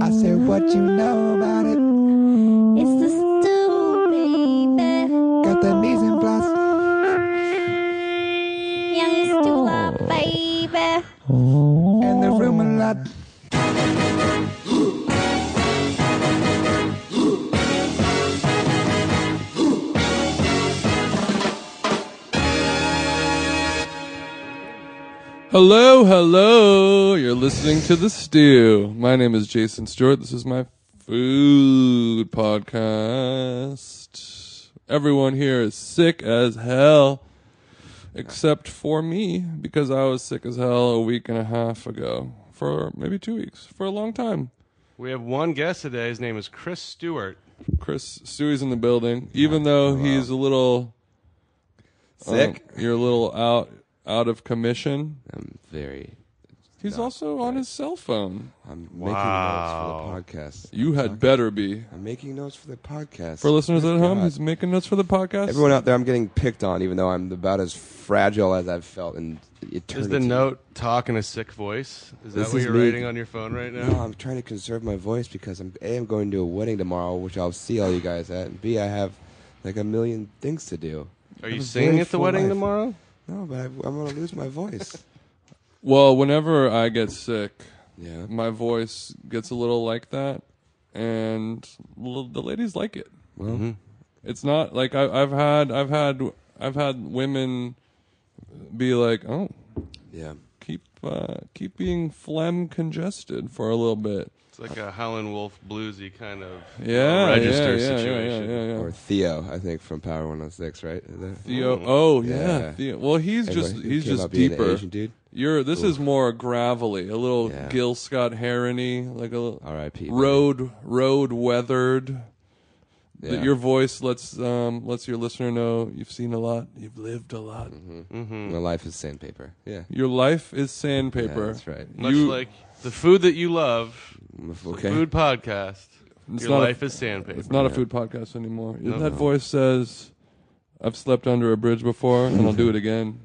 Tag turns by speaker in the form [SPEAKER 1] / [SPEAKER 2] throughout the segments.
[SPEAKER 1] I said, what you know about it?
[SPEAKER 2] It's the stew, baby.
[SPEAKER 1] Got that mise en place.
[SPEAKER 2] Young stew, uh, baby.
[SPEAKER 1] And the room a lot.
[SPEAKER 3] Hello, hello. You're listening to The Stew. My name is Jason Stewart. This is my food podcast. Everyone here is sick as hell, except for me, because I was sick as hell a week and a half ago. For maybe two weeks, for a long time.
[SPEAKER 4] We have one guest today. His name is Chris Stewart.
[SPEAKER 3] Chris Stewie's in the building, even though he's a little um,
[SPEAKER 5] Sick.
[SPEAKER 3] you're a little out out of commission.
[SPEAKER 5] I'm very.
[SPEAKER 3] He's also on his cell phone.
[SPEAKER 5] I'm
[SPEAKER 4] Wow.
[SPEAKER 5] making notes for the podcast.
[SPEAKER 3] You had better be.
[SPEAKER 5] I'm making notes for the podcast.
[SPEAKER 3] For listeners at home,
[SPEAKER 5] Oh, God.
[SPEAKER 3] he's making notes for the podcast.
[SPEAKER 5] Everyone out there, I'm getting picked on, even though I'm about as fragile as I've felt in eternity.
[SPEAKER 4] Is the note talk in a sick voice? Is that
[SPEAKER 5] This
[SPEAKER 4] what
[SPEAKER 5] is
[SPEAKER 4] you're
[SPEAKER 5] me.
[SPEAKER 4] writing on your phone right
[SPEAKER 5] No,
[SPEAKER 4] now?
[SPEAKER 5] Oh, I'm trying to conserve my voice because I'm a. I'm going to a wedding tomorrow, which I'll see all you guys at, and b I have like a million things to do.
[SPEAKER 4] Are
[SPEAKER 5] I
[SPEAKER 4] you
[SPEAKER 5] have a
[SPEAKER 4] singing
[SPEAKER 5] very
[SPEAKER 4] at the
[SPEAKER 5] full
[SPEAKER 4] wedding
[SPEAKER 5] life.
[SPEAKER 4] tomorrow?
[SPEAKER 5] No, but I, I'm going to lose my voice.
[SPEAKER 3] well, whenever I get sick,
[SPEAKER 5] yeah.
[SPEAKER 3] my voice gets a little like that, and l- the ladies like it.
[SPEAKER 5] Well,
[SPEAKER 4] Mm-hmm.
[SPEAKER 3] It's not like I, I've had, I've had, I've had women be like, "Oh,
[SPEAKER 5] yeah.
[SPEAKER 3] keep, uh, keep being phlegm congested for a little bit."
[SPEAKER 4] It's like a Howlin' Wolf bluesy kind of
[SPEAKER 3] Yeah,
[SPEAKER 4] register
[SPEAKER 3] yeah, yeah,
[SPEAKER 4] situation.
[SPEAKER 3] Yeah, yeah, yeah.
[SPEAKER 5] Or Theo, I think, from Power 106, right? Is that-
[SPEAKER 3] Theo. Oh yeah.
[SPEAKER 5] Yeah.
[SPEAKER 3] Theo. Well, he's
[SPEAKER 5] Anyway,
[SPEAKER 3] just
[SPEAKER 5] he
[SPEAKER 3] he's
[SPEAKER 5] came
[SPEAKER 3] just
[SPEAKER 5] out being an
[SPEAKER 3] deeper.
[SPEAKER 5] Asian dude.
[SPEAKER 3] You're this is more gravelly, a little
[SPEAKER 5] Yeah.
[SPEAKER 3] Gil Scott Herony, like a little
[SPEAKER 5] R.I.P. baby.
[SPEAKER 3] road road weathered. That
[SPEAKER 5] Yeah.
[SPEAKER 3] Your voice lets um lets your listener know you've seen a lot, you've lived a lot.
[SPEAKER 5] Mm-hmm.
[SPEAKER 4] mm-hmm.
[SPEAKER 5] Mm, My life is sandpaper. Yeah.
[SPEAKER 3] Your life is sandpaper.
[SPEAKER 5] Yeah, that's right. Mm,
[SPEAKER 4] Much
[SPEAKER 3] You-
[SPEAKER 4] like the food that you love,
[SPEAKER 5] Okay.
[SPEAKER 4] food podcast.
[SPEAKER 3] It's
[SPEAKER 4] your
[SPEAKER 3] not a-
[SPEAKER 4] life is sandpaper.
[SPEAKER 3] It's not a food podcast anymore. That voice says, "I've slept under a bridge before, and I'll do it again."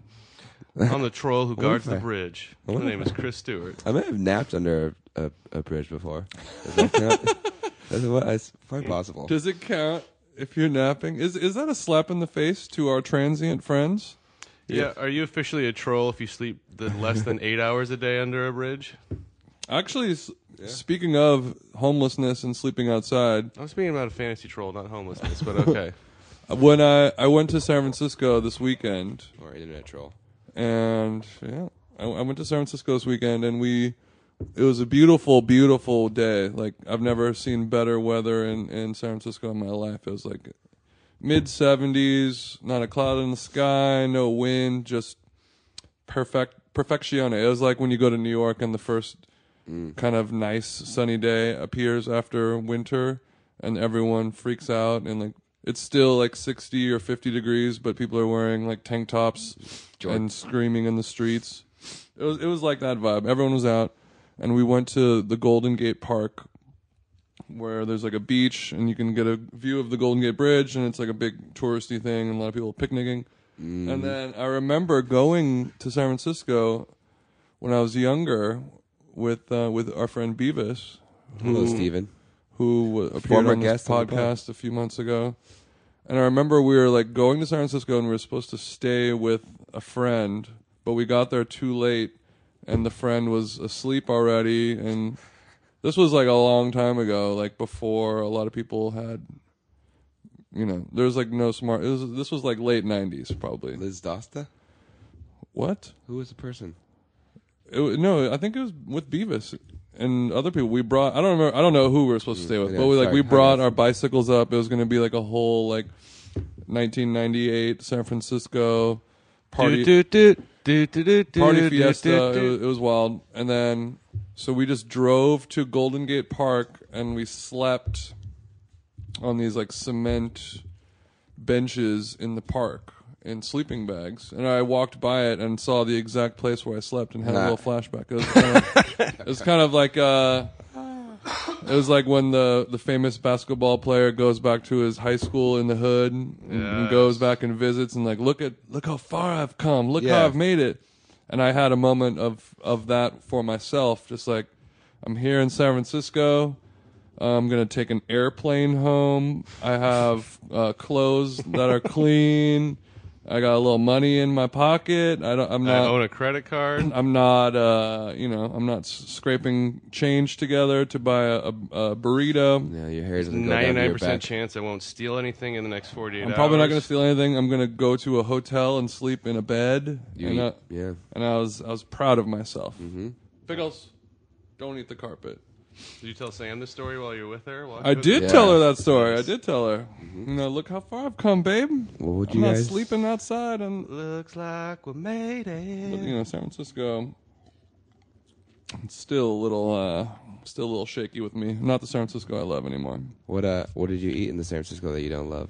[SPEAKER 4] I'm the troll who guards the
[SPEAKER 5] I-
[SPEAKER 4] bridge. My name is Chris Stewart.
[SPEAKER 5] I may have napped under a, a, a bridge before. Is that count? That's what it's quite possible.
[SPEAKER 3] Does it count if you're napping? Is is that a slap in the face to our transient friends?
[SPEAKER 4] Yeah. Are you officially a troll if you sleep the less than eight hours a day under a bridge?
[SPEAKER 3] Actually, s speaking of homelessness and sleeping outside,
[SPEAKER 4] I'm speaking about a fantasy troll, not homelessness, but okay.
[SPEAKER 3] when I, I went to San Francisco this weekend,
[SPEAKER 5] or internet troll.
[SPEAKER 3] and yeah, I, I went to San Francisco this weekend, and we it was a beautiful, beautiful day. Like I've never seen better weather in in San Francisco in my life. It was like mid seventies, not a cloud in the sky, no wind, just perfect perfection. It was like when you go to New York and the first kind of nice sunny day appears after winter, and everyone freaks out and like. It's still like 60 or 50 degrees, but people are wearing like tank tops and screaming in the streets. It was it was like that vibe. Everyone was out, and we went to the Golden Gate Park, where there's like a beach and you can get a view of the Golden Gate Bridge, and it's like a big touristy thing, and a lot of people picnicking. And then I remember going to San Francisco when I was younger with uh, with our friend Beavis,
[SPEAKER 5] Hello, Steven.
[SPEAKER 3] who wa- appeared
[SPEAKER 5] Former
[SPEAKER 3] on this
[SPEAKER 5] guest on the pod.
[SPEAKER 3] podcast a few months ago. And I remember we were like going to San Francisco and we were supposed to stay with a friend, but we got there too late and the friend was asleep already and this was like a long time ago, like before a lot of people had you know, there was like no smart it was, this was like late 90s probably.
[SPEAKER 5] Liz Dosta?
[SPEAKER 3] What?
[SPEAKER 5] Who was the person?
[SPEAKER 3] It, wa- no, I think it was with Beavis and other people. We brought I don't remember I don't know who we were supposed to stay with,
[SPEAKER 5] yeah,
[SPEAKER 3] but we like we
[SPEAKER 5] sorry,
[SPEAKER 3] brought
[SPEAKER 5] hi,
[SPEAKER 3] our bicycles up. It was going to be like a whole like 1998 San Francisco party
[SPEAKER 4] Do, do, do, do, do, do,
[SPEAKER 3] party
[SPEAKER 4] do, do,
[SPEAKER 3] fiesta. It
[SPEAKER 4] do.
[SPEAKER 3] was, it was wild, and then so we just drove to Golden Gate Park and we slept on these like cement benches in the park in sleeping bags. And I walked by it and saw the exact place where I slept and had a
[SPEAKER 5] Nah.
[SPEAKER 3] little flashback. It was kind of, it was kind of like uh, it was like when the the famous basketball player goes back to his high school in the hood and, and goes back and visits and like look at look how far I've come, look
[SPEAKER 5] Yeah.
[SPEAKER 3] how I've made it. And I had a moment of of that for myself, just like. I'm here in San Francisco. I'm gonna take an airplane home. I have uh, clothes that are clean. I got a little money in my pocket. I don't. I'm
[SPEAKER 4] I
[SPEAKER 3] not.
[SPEAKER 4] own a credit card.
[SPEAKER 3] I'm not, uh, you know, I'm not s- scraping change together to buy a, a, a burrito.
[SPEAKER 5] Yeah, your hair doesn't go down to
[SPEAKER 4] Ninety-nine
[SPEAKER 5] your back.
[SPEAKER 4] percent chance I won't steal anything in the next forty-eight
[SPEAKER 3] I'm probably not going
[SPEAKER 4] hours.
[SPEAKER 3] to steal anything. I'm going to go to a hotel and sleep in a bed.
[SPEAKER 5] You
[SPEAKER 3] and,
[SPEAKER 5] eat-
[SPEAKER 3] I,
[SPEAKER 5] yeah.
[SPEAKER 3] and I was, I was proud of myself. Mm-hmm. Pickles, don't eat the carpet.
[SPEAKER 4] Did you tell Sam this story while you were with her? While
[SPEAKER 3] I
[SPEAKER 4] she was-
[SPEAKER 3] did
[SPEAKER 5] Yeah. Mm-hmm.
[SPEAKER 3] tell her that story. I did tell her. You know, look how far I've come, babe.
[SPEAKER 5] What would
[SPEAKER 3] I'm
[SPEAKER 5] you
[SPEAKER 3] not
[SPEAKER 5] guys?
[SPEAKER 3] sleeping outside, and
[SPEAKER 4] Looks like we made
[SPEAKER 3] but,
[SPEAKER 4] it.
[SPEAKER 3] you know, San Francisco. It's still a little, uh, still a little shaky with me. Not the San Francisco I love anymore.
[SPEAKER 5] What uh? What did you eat in the San Francisco that you don't love?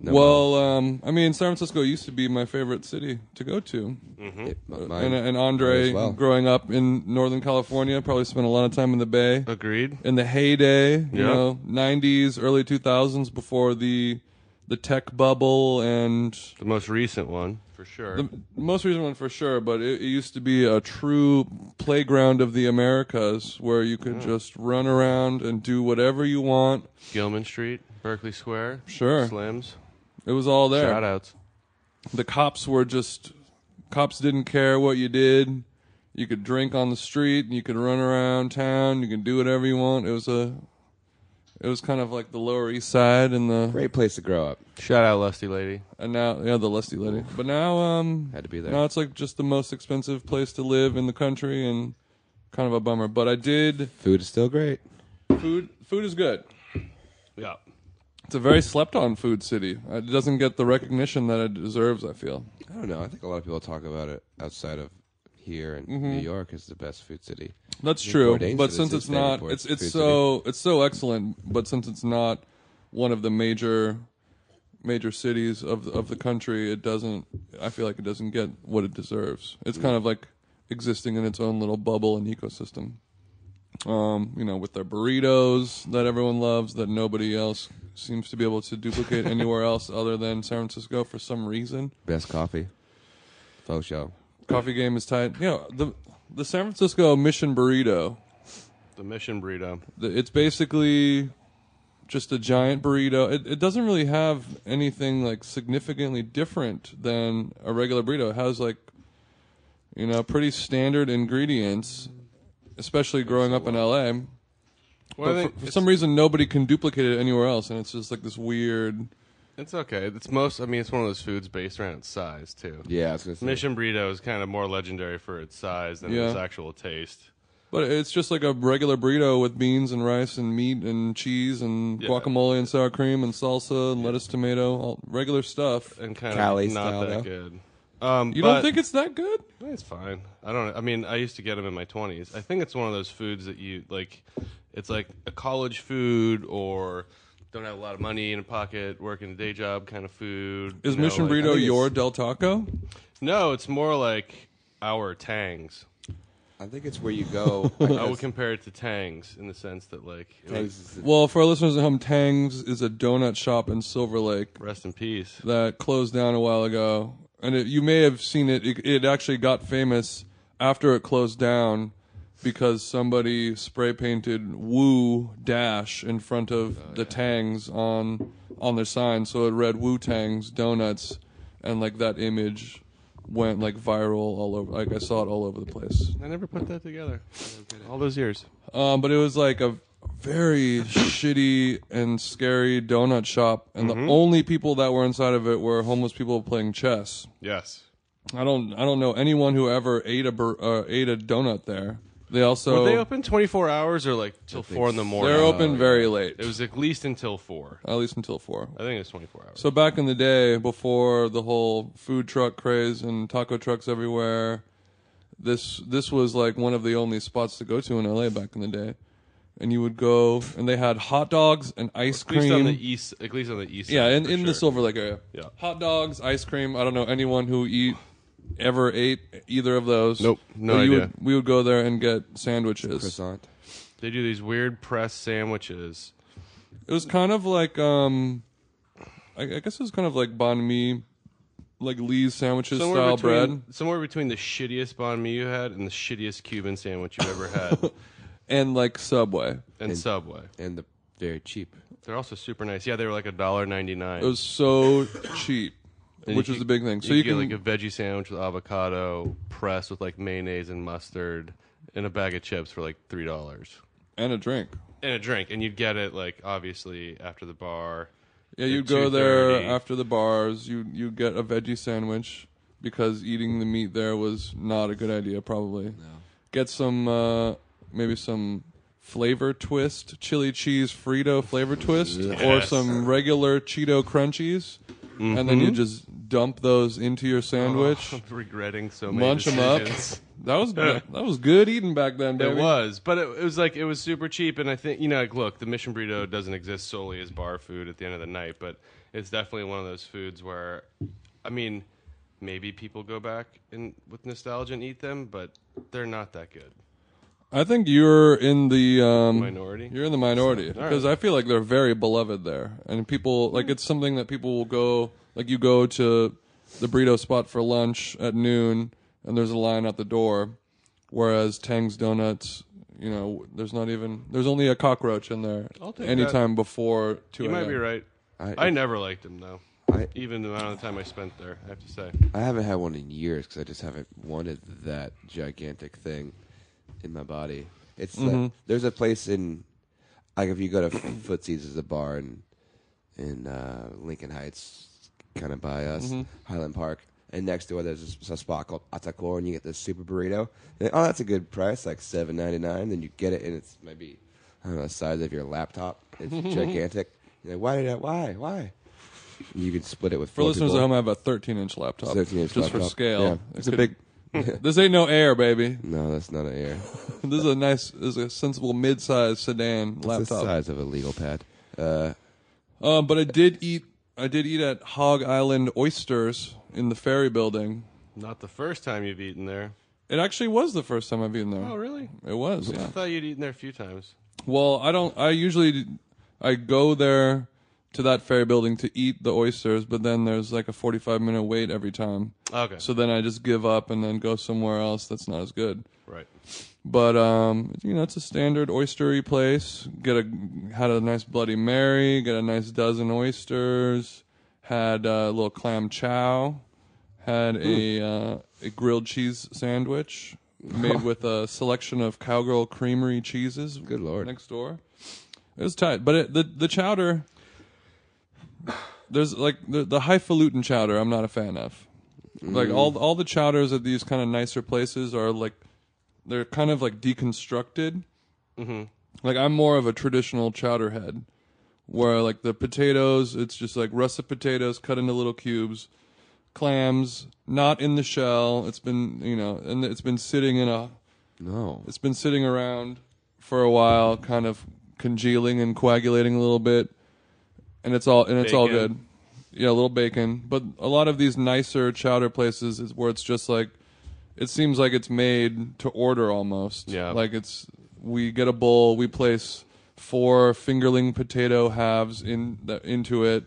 [SPEAKER 5] No,
[SPEAKER 3] Well, um, I mean, San Francisco used to be my favorite city to go to,
[SPEAKER 5] mine- it- mine-
[SPEAKER 3] and, and Andre,
[SPEAKER 5] as well.
[SPEAKER 3] growing up in Northern California, probably spent a lot of time in the Bay
[SPEAKER 4] Agreed.
[SPEAKER 3] in the heyday, you
[SPEAKER 4] Yeah.
[SPEAKER 3] know, '90s, early 2000s, before the the tech bubble, and
[SPEAKER 4] The most recent one, for sure.
[SPEAKER 3] the most recent one for sure. But it, it used to be a true playground of the Americas, where you could just run around and do whatever you want.
[SPEAKER 4] Gilman Street, Berkeley Square.
[SPEAKER 3] Sure.
[SPEAKER 4] Slims.
[SPEAKER 3] It was all there.
[SPEAKER 4] Shout outs.
[SPEAKER 3] the cops were just cops didn't care what you did. You could drink on the street, you could run around town, you could do whatever you want. It was a it was kind of like the Lower East Side and the
[SPEAKER 5] great place to grow up.
[SPEAKER 4] Shout out, Lusty Lady.
[SPEAKER 3] and now yeah, the lusty lady. But now um
[SPEAKER 5] Had to be there.
[SPEAKER 3] Now it's like just the most expensive place to live in the country and kind of a bummer. But I did
[SPEAKER 5] Food is still great.
[SPEAKER 3] food food is good.
[SPEAKER 4] Yeah.
[SPEAKER 3] It's a very slept on food city. It doesn't get the recognition that it deserves, I feel.
[SPEAKER 5] I don't know. I think a lot of people talk about it outside of here in New York is the best food city.
[SPEAKER 3] That's
[SPEAKER 5] Newport
[SPEAKER 3] true,
[SPEAKER 5] Ames
[SPEAKER 3] but
[SPEAKER 5] is
[SPEAKER 3] since
[SPEAKER 5] his
[SPEAKER 3] it's
[SPEAKER 5] favorite
[SPEAKER 3] not,
[SPEAKER 5] port-
[SPEAKER 3] it's it's
[SPEAKER 5] food
[SPEAKER 3] so it's so excellent. But since it's not one of the major major cities of of the country, it doesn't. I feel like it doesn't get what it deserves. It's kind of like existing in its own little bubble and ecosystem. Um, you know, with their burritos that everyone loves, that nobody else seems to be able to duplicate anywhere else other than San Francisco for some reason
[SPEAKER 5] Best coffee. Faux show.
[SPEAKER 3] coffee game is tight. You know, the the San Francisco Mission Burrito.
[SPEAKER 4] The Mission Burrito.
[SPEAKER 3] the- It's basically just a giant burrito. It, it doesn't really have anything like significantly different than a regular burrito. It has like you know pretty standard ingredients, especially growing up in LA.
[SPEAKER 4] Well, I
[SPEAKER 3] But
[SPEAKER 4] think
[SPEAKER 3] for, for
[SPEAKER 4] it's-
[SPEAKER 3] some reason, nobody can duplicate it anywhere else, and it's just like this weird.
[SPEAKER 4] It's okay. It's most. I mean, it's one of those foods based around its size too.
[SPEAKER 5] Yeah, I was gonna say.
[SPEAKER 4] Mission burrito is kind of more legendary for its size than its
[SPEAKER 3] Yeah.
[SPEAKER 4] actual taste.
[SPEAKER 3] But it's just like a regular burrito with beans and rice and meat and cheese and
[SPEAKER 4] Yeah.
[SPEAKER 3] guacamole and sour cream and salsa and lettuce, tomato, all regular stuff.
[SPEAKER 4] And kind
[SPEAKER 5] Cali
[SPEAKER 4] of not
[SPEAKER 5] style,
[SPEAKER 4] that
[SPEAKER 5] though.
[SPEAKER 4] good. Um,
[SPEAKER 3] You
[SPEAKER 4] but-
[SPEAKER 3] don't think it's that good?
[SPEAKER 4] It's fine. I don't. I mean, I used to get them in my twenties. I think it's one of those foods that you like. It's like a college food, or don't have a lot of money in a pocket, working a day job kind of food.
[SPEAKER 3] Is
[SPEAKER 4] you know,
[SPEAKER 3] Mission
[SPEAKER 4] like-
[SPEAKER 3] Burrito
[SPEAKER 5] it's-
[SPEAKER 3] your Del Taco?
[SPEAKER 4] No, it's more like our Tangs.
[SPEAKER 5] I think it's where you go.
[SPEAKER 4] I would compare it to Tangs in the sense that like, it was-
[SPEAKER 3] Well, for our listeners at home, Tang's is a donut shop in Silver Lake
[SPEAKER 4] rest in peace.
[SPEAKER 3] that closed down a while ago, and it, you may have seen it. it. It actually got famous after it closed down because somebody spray painted "Woo Dash" in front of the Tangs on on their sign, so it read "Woo Tangs Donuts," and like that image went like viral all over. Like I saw it all over the place.
[SPEAKER 4] I never put that together. All those years.
[SPEAKER 3] Um, but it was like a very shitty and scary donut shop, and
[SPEAKER 4] Mm-hmm.
[SPEAKER 3] the only people that were inside of it were homeless people playing chess.
[SPEAKER 4] Yes.
[SPEAKER 3] I don't, I don't know anyone who ever ate a bur- uh, ate a donut there. They
[SPEAKER 4] Were
[SPEAKER 3] also
[SPEAKER 4] they open twenty four hours or like till four in the morning?
[SPEAKER 3] are open very late,
[SPEAKER 4] It was at least until four.
[SPEAKER 3] at least until four.
[SPEAKER 4] I think it's twenty four hours.
[SPEAKER 3] So back in the day, before the whole food truck craze and taco trucks everywhere, this this was like one of the only spots to go to in LA back in the day. And you would go, and they had hot dogs and ice
[SPEAKER 4] At least on
[SPEAKER 3] cream.
[SPEAKER 4] the east. At least on the east.
[SPEAKER 3] yeah,
[SPEAKER 4] side,
[SPEAKER 3] in,
[SPEAKER 4] for
[SPEAKER 3] in the
[SPEAKER 4] sure.
[SPEAKER 3] Silver Lake area.
[SPEAKER 4] Yeah.
[SPEAKER 3] Hot dogs, ice cream. I don't know anyone who eat ever ate either of those.
[SPEAKER 4] Nope, no
[SPEAKER 3] But you
[SPEAKER 4] idea.
[SPEAKER 3] Would, we would go there and get sandwiches.
[SPEAKER 5] croissant.
[SPEAKER 4] They do these weird press sandwiches.
[SPEAKER 3] It was kind of like um, I, I guess it was kind of like banh mi, like Lee's sandwiches style
[SPEAKER 4] between,
[SPEAKER 3] bread.
[SPEAKER 4] somewhere between the shittiest banh mi you had and the shittiest Cuban sandwich you ever had.
[SPEAKER 3] and like Subway.
[SPEAKER 4] and, Subway.
[SPEAKER 5] and the, they're cheap.
[SPEAKER 4] They're also super nice. Yeah, they were like a dollar ninety nine.
[SPEAKER 3] It was so cheap,
[SPEAKER 4] And
[SPEAKER 3] which
[SPEAKER 4] you
[SPEAKER 3] was the big
[SPEAKER 4] could-
[SPEAKER 3] thing. So you
[SPEAKER 4] could
[SPEAKER 3] can
[SPEAKER 4] get like a veggie sandwich with avocado, pressed with like mayonnaise and mustard, and a bag of chips for like three dollars
[SPEAKER 3] and a drink.
[SPEAKER 4] and a drink. And you'd get it like obviously after the bar.
[SPEAKER 3] Yeah,
[SPEAKER 4] At
[SPEAKER 3] you'd go there
[SPEAKER 4] 2:30.
[SPEAKER 3] after the bars. You you get a veggie sandwich because eating the meat there was not a good idea. Probably get some uh, maybe some flavor twist, chili cheese Frito flavor twist, or
[SPEAKER 4] Yes.
[SPEAKER 3] some regular Cheeto crunchies, and then you just dump those into your sandwich.
[SPEAKER 4] Mm-hmm. Oh, regretting so many
[SPEAKER 3] Munch 'em up.
[SPEAKER 4] decisions.
[SPEAKER 3] That was good. that was good eating back then, baby.
[SPEAKER 4] It was, but it, it was like it was super cheap, and I think you know, like, look, the Mission Burrito doesn't exist solely as bar food at the end of the night, but it's definitely one of those foods where, I mean, maybe people go back and with nostalgia and eat them, but they're not that good.
[SPEAKER 3] I think you're in the um,
[SPEAKER 4] Minority?
[SPEAKER 3] You're in the minority because I feel like they're very beloved there, and people like it's something that people will go like. You go to the burrito spot for lunch at noon, and there's a line out the door, whereas Tang's Donuts. You know, there's not even there's only a cockroach in there
[SPEAKER 4] I'll take
[SPEAKER 3] anytime before two.
[SPEAKER 4] You might be
[SPEAKER 3] a.m..
[SPEAKER 4] right. I,
[SPEAKER 5] I-
[SPEAKER 4] never liked them though.
[SPEAKER 5] I-
[SPEAKER 4] Even the amount of time I spent there, I have to say.
[SPEAKER 5] I haven't had one in years because I just haven't wanted that gigantic thing in my body. It's like,
[SPEAKER 3] Mm-hmm.
[SPEAKER 5] there's a place in like if you go to Footsie's as a bar in in uh, Lincoln Heights, kind of by us,
[SPEAKER 3] Mm-hmm.
[SPEAKER 5] Highland Park, and next door there's this- a spot called Atacor, and you get this super burrito. And, oh, that's a good price, like seven ninety nine. Then you get it, and it's maybe I don't know the size of your laptop. It's gigantic. You're like, why did I? Why? Why? You could split it with
[SPEAKER 3] For
[SPEAKER 5] four
[SPEAKER 3] listeners
[SPEAKER 5] people.
[SPEAKER 3] at home, I have a 13 inch laptop.
[SPEAKER 5] 13 inch
[SPEAKER 3] just for
[SPEAKER 5] laptop.
[SPEAKER 3] scale.
[SPEAKER 5] Yeah.
[SPEAKER 3] It
[SPEAKER 5] It's a
[SPEAKER 3] could-
[SPEAKER 5] big-
[SPEAKER 3] this ain't no air, baby.
[SPEAKER 5] No, that's not an air.
[SPEAKER 3] This is a nice, this is a sensible mid-sized sedan laptop.
[SPEAKER 5] It's the size of a legal pad. Uh,
[SPEAKER 3] Um, but I did eat. I did eat at Hog Island Oysters in the Ferry Building.
[SPEAKER 4] Not the first time you've eaten there.
[SPEAKER 3] It actually was the first time I've eaten there.
[SPEAKER 4] Oh, really?
[SPEAKER 3] It was.
[SPEAKER 4] I
[SPEAKER 3] Yeah.
[SPEAKER 4] thought you'd eaten there a few times.
[SPEAKER 3] well, I don't. I usually I go there to that ferry building to eat the oysters, but then there's like a 45 minute wait every time.
[SPEAKER 4] Okay.
[SPEAKER 3] So then I just give up and then go somewhere else that's not as good.
[SPEAKER 4] right.
[SPEAKER 3] But um, you know, it's a standard oystery place. Get a had a nice Bloody Mary. Get a nice dozen oysters. Had uh, a little clam chow. Had a uh, a grilled cheese sandwich made with a selection of Cowgirl Creamery cheeses.
[SPEAKER 5] Good lord.
[SPEAKER 3] Next door, it was tight. But it, the the chowder, there's like the the highfalutin chowder. I'm not a fan of. Like all all the chowders at these kind of nicer places are like they're kind of like deconstructed. Like I'm more of a traditional chowder head, where like the potatoes, it's just like russet potatoes cut into little cubes, clams not in the shell. It's been you know, and it's been sitting in a,
[SPEAKER 5] no.
[SPEAKER 3] it's been sitting around for a while, kind of congealing and coagulating a little bit, and it's all and it's all
[SPEAKER 4] Bacon.
[SPEAKER 3] good. Yeah, a little bacon, but a lot of these nicer chowder places is where it's just like, it seems like it's made to order almost.
[SPEAKER 4] Yeah.
[SPEAKER 3] like it's we get a bowl, we place four fingerling potato halves in the, into it,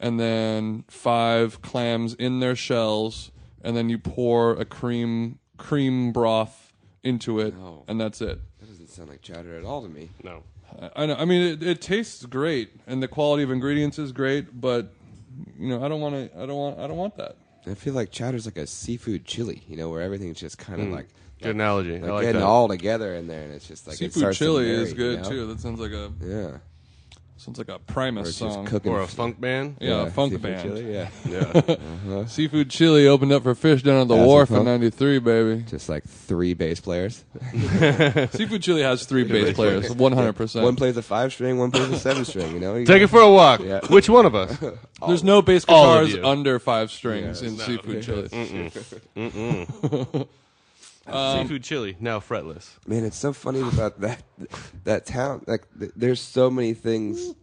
[SPEAKER 3] and then five clams in their shells, and then you pour a cream cream broth into it,
[SPEAKER 5] No.
[SPEAKER 3] and that's it.
[SPEAKER 5] That doesn't sound like chowder at all to me.
[SPEAKER 4] No.
[SPEAKER 3] I- I, know, I mean, it, it tastes great, and the quality of ingredients is great, but you know, I don't want to. I don't want. I don't want that.
[SPEAKER 5] I feel like chowder's like a seafood chili, you know, where everything's just kind of like,
[SPEAKER 4] Good analogy.
[SPEAKER 5] like
[SPEAKER 4] I like
[SPEAKER 5] getting
[SPEAKER 4] that.
[SPEAKER 5] all together in there, and it's just like it
[SPEAKER 3] Seafood
[SPEAKER 5] starts to
[SPEAKER 3] chili
[SPEAKER 5] marry,
[SPEAKER 3] is good
[SPEAKER 5] you know?
[SPEAKER 3] too. That sounds like a
[SPEAKER 5] Yeah,
[SPEAKER 3] sounds like a
[SPEAKER 5] or
[SPEAKER 3] Primus
[SPEAKER 5] it's just
[SPEAKER 3] song.
[SPEAKER 5] cooking. uh,
[SPEAKER 4] or a funk man.
[SPEAKER 3] yeah, a funk
[SPEAKER 5] seafood
[SPEAKER 3] band.
[SPEAKER 5] chili, yeah,
[SPEAKER 4] Yeah.
[SPEAKER 3] Seafood Chili opened up for Fish down at the
[SPEAKER 5] As a
[SPEAKER 3] wharf in
[SPEAKER 5] punk.
[SPEAKER 3] '93, baby.
[SPEAKER 5] just like three bass players.
[SPEAKER 3] Seafood Chili has three bass players, 100.
[SPEAKER 5] One
[SPEAKER 3] percent
[SPEAKER 5] plays a five string, one plays a seven string. You know, You
[SPEAKER 4] Take it for a walk.
[SPEAKER 5] Yeah.
[SPEAKER 4] Which one of us?
[SPEAKER 3] There's no bass
[SPEAKER 4] all of
[SPEAKER 3] guitars
[SPEAKER 4] you.
[SPEAKER 3] under five strings in
[SPEAKER 4] No.
[SPEAKER 3] Seafood Chili.
[SPEAKER 4] Uh, Seafood chili, now fretless.
[SPEAKER 5] Man, it's so funny about that that town. Like, th- there's so many things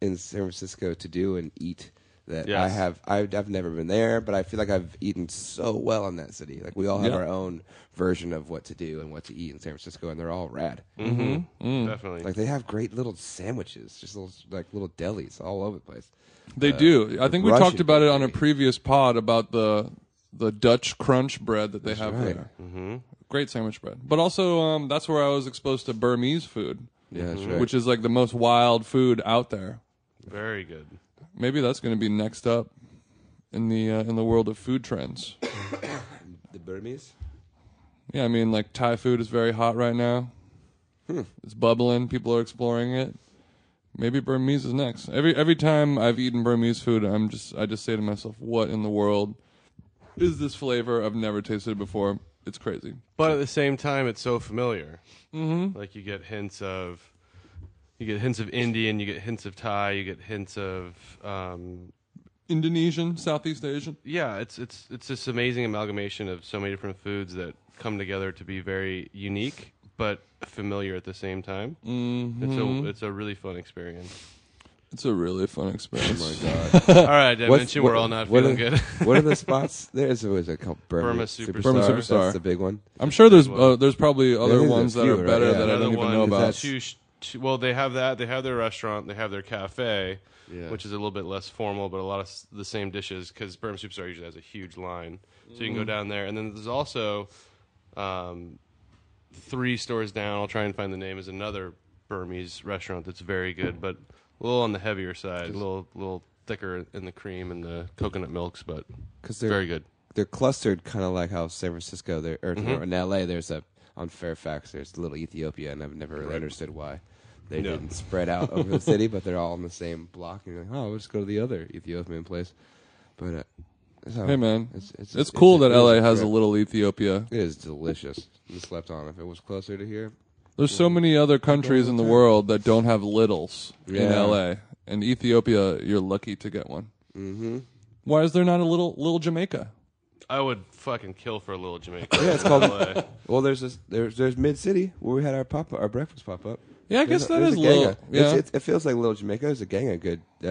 [SPEAKER 5] in San Francisco to do and eat that I
[SPEAKER 4] Yes.
[SPEAKER 5] have. I've, I've never been there, but I feel like I've eaten so well in that city. Like, we all have
[SPEAKER 3] Yeah.
[SPEAKER 5] our own version of what to do and what to eat in San Francisco, and they're all rad.
[SPEAKER 4] Definitely.
[SPEAKER 5] Mm. Like, they have great little sandwiches, just little like little delis all over the place.
[SPEAKER 3] They do. I think we talked
[SPEAKER 5] Russian
[SPEAKER 3] about it on a
[SPEAKER 5] bakery.
[SPEAKER 3] previous pod about the the Dutch crunch bread that they have
[SPEAKER 5] right.
[SPEAKER 3] there. Great sandwich bread. But also, um, that's where I was exposed to Burmese food,
[SPEAKER 5] Yeah, that's right.
[SPEAKER 3] which is like the most wild food out there.
[SPEAKER 4] Very good.
[SPEAKER 3] Maybe that's going to be next up in the uh, in the world of food trends.
[SPEAKER 5] the Burmese.
[SPEAKER 3] Yeah, I mean, like Thai food is very hot right now.
[SPEAKER 5] Hmm.
[SPEAKER 3] It's bubbling. People are exploring it. Maybe Burmese is next. Every every time I've eaten Burmese food, I'm just I just say to myself, "What in the world is this flavor? I've never tasted it before. It's crazy."
[SPEAKER 4] But at the same time, it's so familiar. Mm-hmm. Like you get hints of, you get hints of Indian, you get hints of Thai, you get hints of, um,
[SPEAKER 3] Indonesian, Southeast Asian.
[SPEAKER 4] yeah. It's it's it's this amazing amalgamation of so many different foods that come together to be very unique but familiar at the same time. Mm-hmm. It's a it's a really fun experience.
[SPEAKER 3] It's a really fun experience.
[SPEAKER 5] Oh my god.
[SPEAKER 4] all right, I
[SPEAKER 5] What's-
[SPEAKER 4] mentioned
[SPEAKER 5] what-
[SPEAKER 4] we're all not
[SPEAKER 5] what
[SPEAKER 4] feeling
[SPEAKER 5] are,
[SPEAKER 4] good.
[SPEAKER 5] what are the spots? There's always a couple. Burma,
[SPEAKER 4] Burma Superstar.
[SPEAKER 5] Superstar.
[SPEAKER 3] Burma Superstar.
[SPEAKER 5] That's the big one.
[SPEAKER 3] I'm sure there's uh, there's probably other
[SPEAKER 5] there's a
[SPEAKER 3] ones that
[SPEAKER 5] few,
[SPEAKER 3] are
[SPEAKER 5] right?
[SPEAKER 3] better
[SPEAKER 5] Yeah.
[SPEAKER 3] that I
[SPEAKER 4] Another
[SPEAKER 3] don't even
[SPEAKER 4] one
[SPEAKER 3] know
[SPEAKER 4] is
[SPEAKER 3] about.
[SPEAKER 4] two sh- two- well, they have that. They have their restaurant. They have their cafe,
[SPEAKER 5] Yeah.
[SPEAKER 4] which is a little bit less formal, but a lot of s- the same dishes because Burma Superstar usually has a huge line, so you can go
[SPEAKER 5] Mm-hmm.
[SPEAKER 4] down there. And then there's also um, three stores down. I'll try and find the name. Is another Burmese restaurant that's very good, but a little on the heavier side, a little little thicker in the cream and the coconut milks, but
[SPEAKER 5] Because they're
[SPEAKER 4] very good.
[SPEAKER 5] they're clustered kind of like how San Francisco there or
[SPEAKER 4] Mm-hmm.
[SPEAKER 5] in LA there's a on Fairfax there's little Ethiopia and I've never really understood why they
[SPEAKER 4] No.
[SPEAKER 5] didn't spread out over the city but they're all in the same block and you're like oh we'll just go to the other Ethiopian place but uh, so
[SPEAKER 3] Hey man,
[SPEAKER 5] it's, it's,
[SPEAKER 3] it's cool
[SPEAKER 5] it's-
[SPEAKER 3] that
[SPEAKER 5] it is
[SPEAKER 3] LA has a
[SPEAKER 5] trip.
[SPEAKER 3] little Ethiopia.
[SPEAKER 5] it is delicious you slept on if it was closer to here
[SPEAKER 3] There's so many other countries in the world that don't have littles in
[SPEAKER 5] Yeah.
[SPEAKER 3] LA. And Ethiopia, you're lucky to get one. Mm-hmm. Why is there not a little little Jamaica?
[SPEAKER 4] I would fucking kill for a little Jamaica.
[SPEAKER 5] yeah it's called well there's this there's there's mid city where we had our pop our breakfast pop up
[SPEAKER 3] Yeah, I guess that is
[SPEAKER 5] little.
[SPEAKER 3] little. Yeah,
[SPEAKER 5] it feels like little Jamaica is a gang of good uh,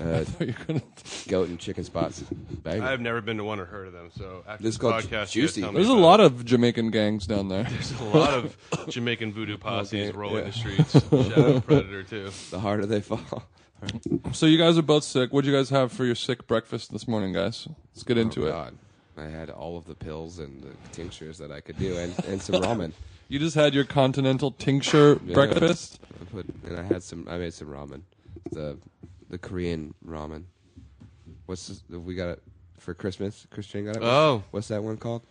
[SPEAKER 5] uh,
[SPEAKER 3] You're gonna-
[SPEAKER 5] goat and chicken spots Bang.
[SPEAKER 4] I've never been to one or heard of them, so after
[SPEAKER 5] This
[SPEAKER 4] this
[SPEAKER 5] is called
[SPEAKER 4] podcast, you guys
[SPEAKER 5] Juicy.
[SPEAKER 4] tell me
[SPEAKER 3] there's a
[SPEAKER 4] about it.
[SPEAKER 3] lot of Jamaican gangs down there.
[SPEAKER 4] There's a lot of Jamaican voodoo posses
[SPEAKER 5] Okay,
[SPEAKER 4] rolling
[SPEAKER 5] yeah.
[SPEAKER 4] the streets. Shout out Predator too.
[SPEAKER 5] the harder they fall.
[SPEAKER 3] So you guys are both sick. What'd you guys have for your sick breakfast this morning, guys? Let's get into it.
[SPEAKER 5] Oh, God. I had all of the pills and the tinctures that I could do, and, and some ramen.
[SPEAKER 3] You just had your continental tincture
[SPEAKER 5] Yeah.
[SPEAKER 3] breakfast.
[SPEAKER 5] I put and I had some. I made some ramen, the the Korean ramen. What's this, we got it for Christmas? Christian got it.
[SPEAKER 4] Oh.
[SPEAKER 5] what's that one called?
[SPEAKER 4] I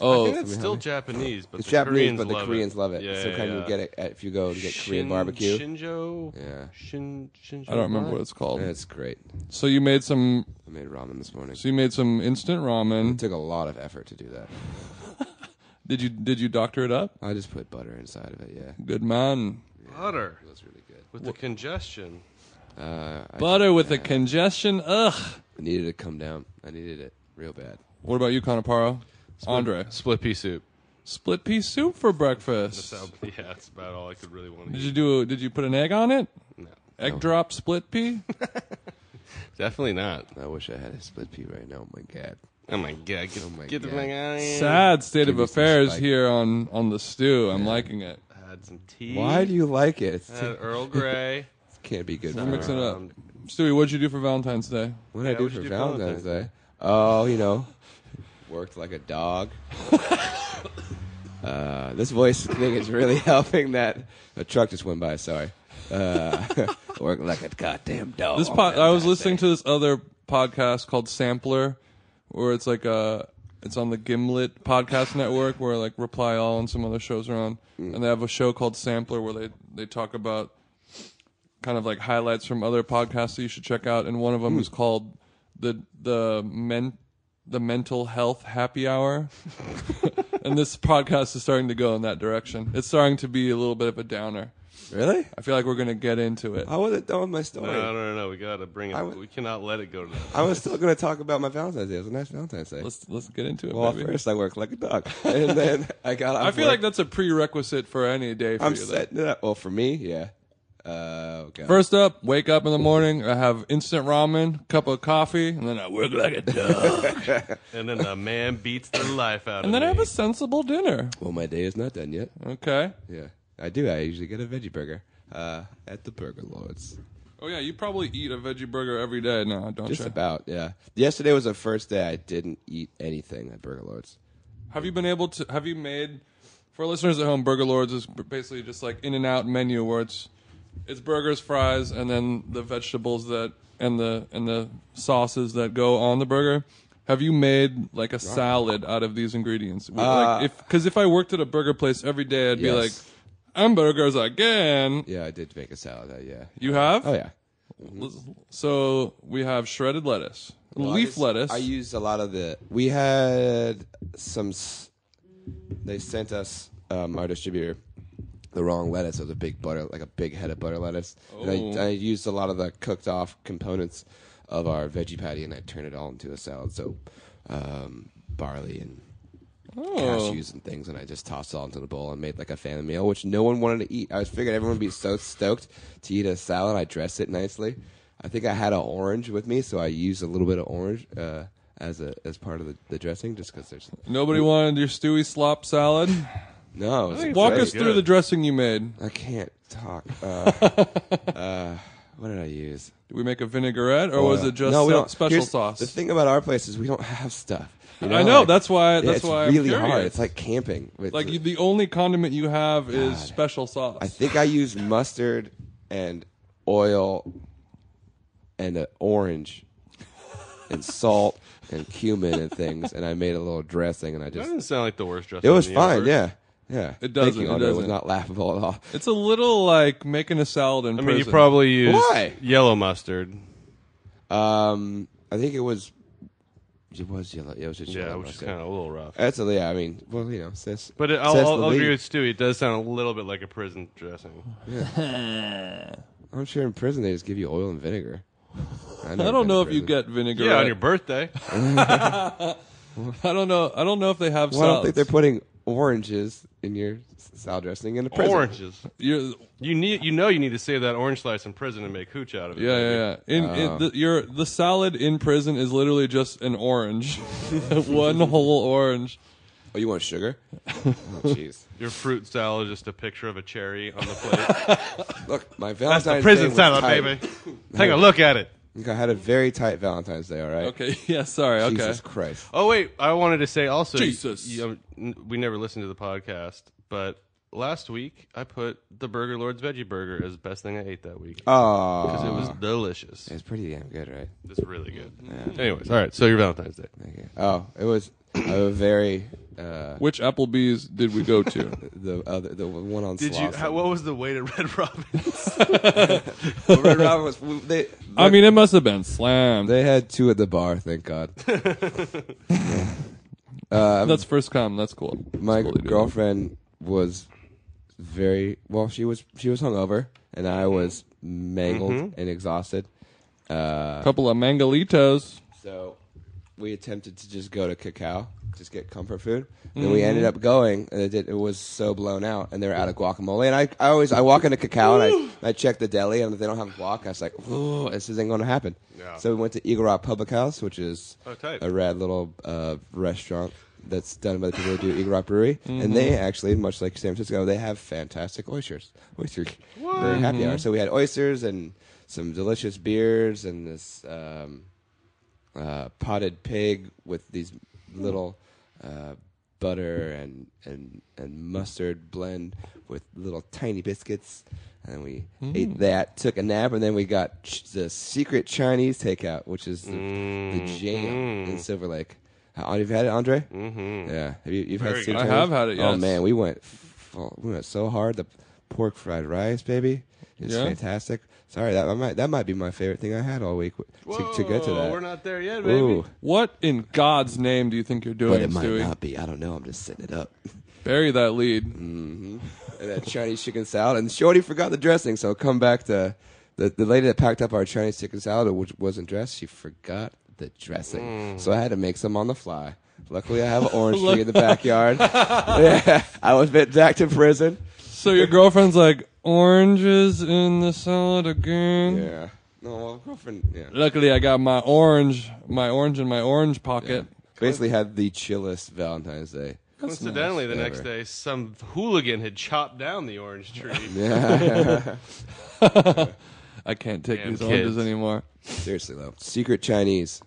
[SPEAKER 3] Oh,
[SPEAKER 4] think that's still Japanese, but
[SPEAKER 5] It's
[SPEAKER 4] the
[SPEAKER 5] Japanese,
[SPEAKER 4] Koreans
[SPEAKER 5] but the
[SPEAKER 4] love
[SPEAKER 5] Koreans
[SPEAKER 4] it.
[SPEAKER 5] love it.
[SPEAKER 4] Yeah,
[SPEAKER 5] so
[SPEAKER 4] yeah,
[SPEAKER 5] kind
[SPEAKER 4] yeah.
[SPEAKER 5] of get it at, if you go and get Korean
[SPEAKER 4] Shin-
[SPEAKER 5] barbecue.
[SPEAKER 4] Shinjo.
[SPEAKER 5] Yeah.
[SPEAKER 4] Shin, Shinjo.
[SPEAKER 3] I don't remember what it's called.
[SPEAKER 5] Yeah, it's great.
[SPEAKER 3] So you made some.
[SPEAKER 5] I made ramen this morning.
[SPEAKER 3] So you made some instant
[SPEAKER 5] it
[SPEAKER 3] ramen.
[SPEAKER 5] took a lot of effort to do that.
[SPEAKER 3] Did you did you doctor it up?
[SPEAKER 5] I just put butter inside of it. Yeah,
[SPEAKER 3] Good man.
[SPEAKER 4] butter
[SPEAKER 5] it was really good.
[SPEAKER 4] with the congestion.
[SPEAKER 5] Uh, I
[SPEAKER 3] Butter with a congestion. Ugh.
[SPEAKER 5] needed to come down. I needed it real bad.
[SPEAKER 3] What about you, Conaparo? Andre,
[SPEAKER 4] Split pea soup.
[SPEAKER 3] split pea soup for breakfast.
[SPEAKER 4] So, yeah, that's about all I could really want to
[SPEAKER 3] Did
[SPEAKER 4] eat.
[SPEAKER 3] you do? Did you put an egg on it?
[SPEAKER 4] No.
[SPEAKER 3] Egg drop split pea.
[SPEAKER 4] Definitely not.
[SPEAKER 5] I wish I had a split pea right now. Oh my god.
[SPEAKER 4] Oh my god, get,
[SPEAKER 5] Oh my
[SPEAKER 4] get the
[SPEAKER 5] God.
[SPEAKER 4] thing out of here.
[SPEAKER 3] Sad state of
[SPEAKER 5] me some
[SPEAKER 3] affairs
[SPEAKER 5] spike.
[SPEAKER 3] here on on the stew. I'm liking it.
[SPEAKER 4] Had some tea.
[SPEAKER 5] Why do you like it? It's,
[SPEAKER 4] Had Earl Grey.
[SPEAKER 5] it can't be good.
[SPEAKER 3] We're mixing it up.
[SPEAKER 4] Um,
[SPEAKER 3] Stewie, what'd you do for Valentine's Day?
[SPEAKER 5] What did I
[SPEAKER 4] Yeah,
[SPEAKER 5] do
[SPEAKER 4] what'd
[SPEAKER 5] for
[SPEAKER 4] you do for
[SPEAKER 5] Valentine's
[SPEAKER 4] Valentine's
[SPEAKER 5] Day? Oh, you know, worked like a dog. uh, this voice thing is really helping. That a truck just went by. Sorry. Uh, worked like a goddamn dog.
[SPEAKER 3] This pod, I was listening to this other podcast called Sampler, where it's like a it's on the Gimlet podcast network, where like Reply All and some other shows are on,
[SPEAKER 5] Mm.
[SPEAKER 3] and they have a show called Sampler where they they talk about kind of like highlights from other podcasts that you should check out, and one of them
[SPEAKER 5] Mm.
[SPEAKER 3] is called the the men the mental health happy hour. and this podcast is starting to go in that direction. It's starting to be a little bit of a downer.
[SPEAKER 5] Really?
[SPEAKER 3] I feel like we're going to get into it.
[SPEAKER 5] I wasn't done with my story.
[SPEAKER 4] No, no, no, no. We gotta bring it.
[SPEAKER 5] I would-
[SPEAKER 4] we cannot let it go to that.
[SPEAKER 5] I was still going to talk about my Valentine's Day. It was a nice Valentine's Day.
[SPEAKER 3] Let's let's get into it,
[SPEAKER 5] well,
[SPEAKER 3] baby.
[SPEAKER 5] first I worked like a dog, and then I got. Off
[SPEAKER 3] I feel
[SPEAKER 5] work.
[SPEAKER 3] like that's a prerequisite for any day for
[SPEAKER 5] I'm
[SPEAKER 3] you. though.
[SPEAKER 5] setting it up. Well, for me, yeah. Uh, okay.
[SPEAKER 3] First up, wake up in the morning. I have instant ramen, cup of coffee, and then I work like a dog.
[SPEAKER 4] And then the man beats the life out
[SPEAKER 3] and
[SPEAKER 4] of
[SPEAKER 3] then I have
[SPEAKER 4] me.
[SPEAKER 3] a sensible dinner.
[SPEAKER 5] well, my day is not done yet.
[SPEAKER 3] Okay.
[SPEAKER 5] Yeah, I do. I usually get a veggie burger uh, at the Burger Lords.
[SPEAKER 3] Oh yeah, you probably eat a veggie burger every day now, don't
[SPEAKER 5] Just
[SPEAKER 3] you?
[SPEAKER 5] about. Yeah. Yesterday was the first day I didn't eat anything at Burger Lords.
[SPEAKER 3] Have you been able to? Have you made for listeners at home? Burger Lords is b- basically just like in and out menu where it's it's burgers, fries, and then the vegetables that and the and the sauces that go on the burger. Have you made like a salad out of these ingredients? Because like if, 'cause if I worked at a burger place every day, I'd be like,
[SPEAKER 5] Uh, Yes.
[SPEAKER 3] "I'm burgers again."
[SPEAKER 5] Yeah, I did make a salad. uh, yeah.
[SPEAKER 3] You have?
[SPEAKER 5] Oh yeah.
[SPEAKER 3] So we have shredded lettuce,
[SPEAKER 5] Well, I
[SPEAKER 3] leaf
[SPEAKER 5] just-
[SPEAKER 3] lettuce.
[SPEAKER 5] I used a lot of the. We had some. s- They sent us um, our distributor the wrong lettuce. It was a big butter, like a big head of butter lettuce. And I,
[SPEAKER 3] Oh.
[SPEAKER 5] I used a lot of the cooked off components of our veggie patty, and I turned it all into a salad. So um, barley and cashews and things, and I just tossed it all into the bowl and made like a family meal, which no one wanted to eat. I was figured everyone would be so stoked to eat a salad. I dressed it nicely. I think I had an orange with me, so I used a little bit of orange uh, as a as part of the, the dressing, just because there's
[SPEAKER 3] Nobody wanted your Stewie slop salad.
[SPEAKER 5] no. it was
[SPEAKER 3] Walk
[SPEAKER 5] great.
[SPEAKER 3] us through
[SPEAKER 4] Good.
[SPEAKER 3] the dressing you made.
[SPEAKER 5] I can't talk. Uh, uh, what did I use?
[SPEAKER 3] Did we make a vinaigrette, or was
[SPEAKER 5] Oil.
[SPEAKER 3] it just
[SPEAKER 5] Oh, No, we
[SPEAKER 3] some
[SPEAKER 5] don't-
[SPEAKER 3] special
[SPEAKER 5] here's-
[SPEAKER 3] sauce?
[SPEAKER 5] The thing about our place is we don't have stuff. you
[SPEAKER 3] I know,
[SPEAKER 5] like-
[SPEAKER 3] that's why- that's
[SPEAKER 5] it's
[SPEAKER 3] why I'm
[SPEAKER 5] really
[SPEAKER 3] curious.
[SPEAKER 5] hard. It's like camping. It's-
[SPEAKER 3] like you, the only condiment you have is
[SPEAKER 5] God.
[SPEAKER 3] special sauce.
[SPEAKER 5] I think I used mustard and oil and an orange and salt and cumin and things, and I made a little dressing, and I
[SPEAKER 4] That
[SPEAKER 5] just
[SPEAKER 4] doesn't sound like the worst dressing.
[SPEAKER 5] it was
[SPEAKER 4] in the
[SPEAKER 5] fine,
[SPEAKER 4] universe.
[SPEAKER 5] yeah, yeah.
[SPEAKER 3] It doesn't,
[SPEAKER 5] Thank you,
[SPEAKER 3] it
[SPEAKER 5] Andre. It was
[SPEAKER 3] doesn't.
[SPEAKER 5] not laughable at all.
[SPEAKER 3] it's a little like making a salad in
[SPEAKER 4] I
[SPEAKER 3] prison.
[SPEAKER 4] mean, you probably used
[SPEAKER 5] Why?
[SPEAKER 4] yellow mustard.
[SPEAKER 5] Um, I think it was it was yellow. It was just
[SPEAKER 4] Yeah,
[SPEAKER 5] yellow
[SPEAKER 4] which is
[SPEAKER 5] mustard.
[SPEAKER 4] kind of a little rough.
[SPEAKER 5] That's a, yeah. I mean, well, you know, sis.
[SPEAKER 4] But it, I'll,
[SPEAKER 5] says
[SPEAKER 4] I'll,
[SPEAKER 5] the
[SPEAKER 4] I'll
[SPEAKER 5] lead.
[SPEAKER 4] agree with Stewie. It does sound a little bit like a prison dressing.
[SPEAKER 5] I'm sure in prison they just give you oil and vinegar.
[SPEAKER 3] I don't know if you get vinaigrette.
[SPEAKER 4] Yeah, on your birthday.
[SPEAKER 3] I don't know. I don't know if they have
[SPEAKER 5] Well, I don't
[SPEAKER 3] salads.
[SPEAKER 5] think they're putting oranges in your s- salad dressing in a prison.
[SPEAKER 4] Oranges.
[SPEAKER 3] You're-
[SPEAKER 4] You need. You know, you need to save that orange slice in prison and make hooch out of it.
[SPEAKER 3] yeah, yeah, yeah. In,
[SPEAKER 5] Uh.
[SPEAKER 3] in the, your the salad in prison is literally just an orange, one whole orange.
[SPEAKER 5] Oh, you want sugar? Oh, Jeez.
[SPEAKER 4] Your fruit salad, just a picture of a cherry on the plate.
[SPEAKER 5] Look, my Valentine's
[SPEAKER 4] That's the prison
[SPEAKER 5] Day
[SPEAKER 4] salad,
[SPEAKER 5] was tight.
[SPEAKER 4] baby. Take a look at it.
[SPEAKER 5] Look, I had a very tight Valentine's Day. All right.
[SPEAKER 3] Okay. Yeah. Sorry. Okay.
[SPEAKER 5] Jesus Christ.
[SPEAKER 4] Oh wait, I wanted to say also.
[SPEAKER 3] Jesus.
[SPEAKER 4] you know, n- we never listened to the podcast, but last week I put the Burger Lord's veggie burger as best thing I ate that week.
[SPEAKER 5] Oh,
[SPEAKER 4] Because it was delicious.
[SPEAKER 5] it's pretty damn good, right?
[SPEAKER 4] It's really good. Anyways, all right. So your Valentine's Day.
[SPEAKER 5] Okay. Oh, it was a very uh,
[SPEAKER 3] Which Applebee's did we go to?
[SPEAKER 5] the other the one on.
[SPEAKER 4] Did you?
[SPEAKER 5] Slauson.
[SPEAKER 4] How, what was the weight at Red Robin?
[SPEAKER 5] Red Robin was. They,
[SPEAKER 3] I mean, it must have been slammed.
[SPEAKER 5] they had two at the bar. Thank God.
[SPEAKER 3] that's first come. That's cool. That's
[SPEAKER 5] my
[SPEAKER 3] cool to do.
[SPEAKER 5] girlfriend was very well. She was she was hungover, and I was mangled
[SPEAKER 4] Mm-hmm.
[SPEAKER 5] and exhausted. Uh,
[SPEAKER 3] couple of mangalitos.
[SPEAKER 5] so we attempted to just go to Cacao, just get comfort food. And we ended up going, and it, did, it was so blown out, and they were out of guacamole. And I, I always I walk into Cacao and I, I check the deli, and if they don't have guac, I was like, oh, this isn't going to happen.
[SPEAKER 4] Yeah.
[SPEAKER 5] So we went to Eagle Rock Public House, which is
[SPEAKER 4] Oh, tight.
[SPEAKER 5] a rad little uh, restaurant that's done by the people who do Eagle Rock Brewery, and they actually, much like San Francisco, they have fantastic oysters. Oyster very happy hour. So we had oysters and some delicious beers and this um, uh, potted pig with these little uh, butter and, and and mustard blend with little tiny biscuits. And then we
[SPEAKER 3] Mm.
[SPEAKER 5] ate that, took a nap, and then we got ch- the secret Chinese takeout, which is the,
[SPEAKER 3] Mm-hmm.
[SPEAKER 5] the jam in Silver Lake. Uh, You've had it, Andre? Mm-hmm. Yeah, have you, you've
[SPEAKER 4] Very
[SPEAKER 5] had. secret
[SPEAKER 4] good.
[SPEAKER 3] I
[SPEAKER 5] Chinese?
[SPEAKER 3] have had it,
[SPEAKER 5] Oh
[SPEAKER 3] yes.
[SPEAKER 5] man, we went, full, we went so hard. The pork fried rice, baby, is
[SPEAKER 3] Yeah.
[SPEAKER 5] fantastic. Sorry, that might that might be my favorite thing I had all week. To, to get to
[SPEAKER 4] Whoa,
[SPEAKER 5] that,
[SPEAKER 4] We're not there yet, baby.
[SPEAKER 5] Ooh.
[SPEAKER 3] What in God's name do you think you're doing,
[SPEAKER 5] But it might
[SPEAKER 3] Stewie?
[SPEAKER 5] not Mm. be. I don't know. I'm just setting it up.
[SPEAKER 3] Bury that lead.
[SPEAKER 5] and that Chinese chicken salad. And Shorty forgot the dressing, so come back to the, the lady that packed up our Chinese chicken salad, which wasn't dressed. She forgot the
[SPEAKER 4] Mm.
[SPEAKER 5] dressing, so I had to make some on the fly. Luckily, I have an orange tree in the backyard. yeah, I was sent back to prison.
[SPEAKER 3] So your girlfriend's like oranges in the salad again.
[SPEAKER 5] Yeah. No, well, girlfriend. Yeah.
[SPEAKER 3] Luckily, I got my orange, my orange in my orange pocket.
[SPEAKER 5] Basically, had the chillest Valentine's Day.
[SPEAKER 4] Coincidentally, the
[SPEAKER 5] nice.
[SPEAKER 4] next day, some hooligan had chopped down the orange tree.
[SPEAKER 3] I can't take
[SPEAKER 4] Damn
[SPEAKER 3] these
[SPEAKER 4] kids.
[SPEAKER 3] oranges anymore.
[SPEAKER 5] Seriously though, secret Chinese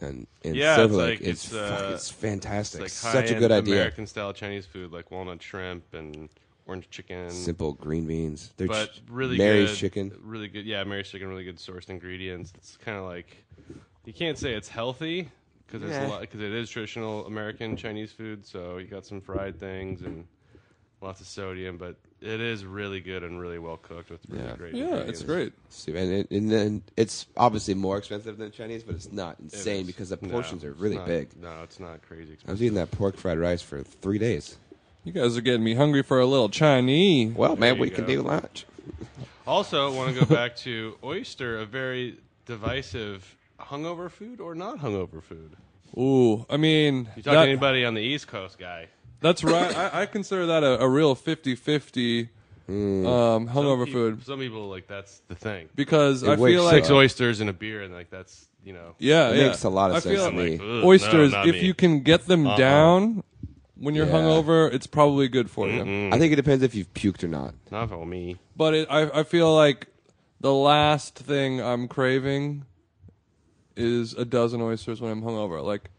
[SPEAKER 5] and in
[SPEAKER 4] Yeah,
[SPEAKER 5] Silver
[SPEAKER 4] it's
[SPEAKER 5] Lake.
[SPEAKER 4] like-
[SPEAKER 5] it's
[SPEAKER 4] it's, uh,
[SPEAKER 5] fuck- it's fantastic.
[SPEAKER 4] It's like
[SPEAKER 5] Such a good idea.
[SPEAKER 4] American style Chinese food like walnut shrimp and orange chicken.
[SPEAKER 5] Simple green beans. They're
[SPEAKER 4] but
[SPEAKER 5] ch-
[SPEAKER 4] really
[SPEAKER 5] Mary's
[SPEAKER 4] good,
[SPEAKER 5] chicken.
[SPEAKER 4] Really good. Yeah, Mary's chicken. Really good sourced ingredients. It's kind of like you can't say it's healthy because it's a
[SPEAKER 5] Nah.
[SPEAKER 4] lot because it is traditional American Chinese food. So you got some fried things and lots of sodium, but it is really good and really well cooked with really
[SPEAKER 5] Yeah.
[SPEAKER 4] great.
[SPEAKER 3] Yeah, it's
[SPEAKER 4] ingredients.
[SPEAKER 3] great.
[SPEAKER 5] So- And, it, and then it's obviously more expensive than Chinese, but it's not
[SPEAKER 4] It
[SPEAKER 5] insane
[SPEAKER 4] is.
[SPEAKER 5] because the
[SPEAKER 4] No,
[SPEAKER 5] portions are
[SPEAKER 4] it's
[SPEAKER 5] really
[SPEAKER 4] not-
[SPEAKER 5] big.
[SPEAKER 4] No, it's not crazy expensive.
[SPEAKER 5] I was eating that pork fried rice for three days.
[SPEAKER 3] You guys are getting me hungry for a little Chinese.
[SPEAKER 5] Well, man,
[SPEAKER 4] you
[SPEAKER 5] we can
[SPEAKER 4] go.
[SPEAKER 5] do lunch.
[SPEAKER 4] Also, want to go back to oyster, a very divisive hungover food or not hungover food.
[SPEAKER 3] Ooh, I mean,
[SPEAKER 4] You talk
[SPEAKER 3] that-
[SPEAKER 4] to anybody on the East Coast, guy.
[SPEAKER 3] that's right. I, I consider that a, a real 50-50
[SPEAKER 5] Mm.
[SPEAKER 3] um, hungover
[SPEAKER 4] Some peop-
[SPEAKER 3] food
[SPEAKER 4] Some people like that's the thing.
[SPEAKER 3] because I
[SPEAKER 5] wakes
[SPEAKER 3] feel like
[SPEAKER 4] Six
[SPEAKER 5] So-
[SPEAKER 4] oysters and a beer, and like that's you know.
[SPEAKER 3] yeah,
[SPEAKER 5] It
[SPEAKER 3] Oh, yeah.
[SPEAKER 5] makes a lot of
[SPEAKER 3] I
[SPEAKER 5] sense
[SPEAKER 3] feel
[SPEAKER 5] to me.
[SPEAKER 3] like
[SPEAKER 4] Ugh,
[SPEAKER 3] oysters,
[SPEAKER 4] Mm, no, not
[SPEAKER 3] if
[SPEAKER 4] me. Uh-huh.
[SPEAKER 3] you can get them down when you're
[SPEAKER 5] Yeah.
[SPEAKER 3] hungover, it's probably good for you.
[SPEAKER 4] Mm-hmm.
[SPEAKER 5] I think it depends if you've puked or not.
[SPEAKER 4] not for me.
[SPEAKER 3] But it, I I feel like the last thing I'm craving is a dozen oysters when I'm hungover. Like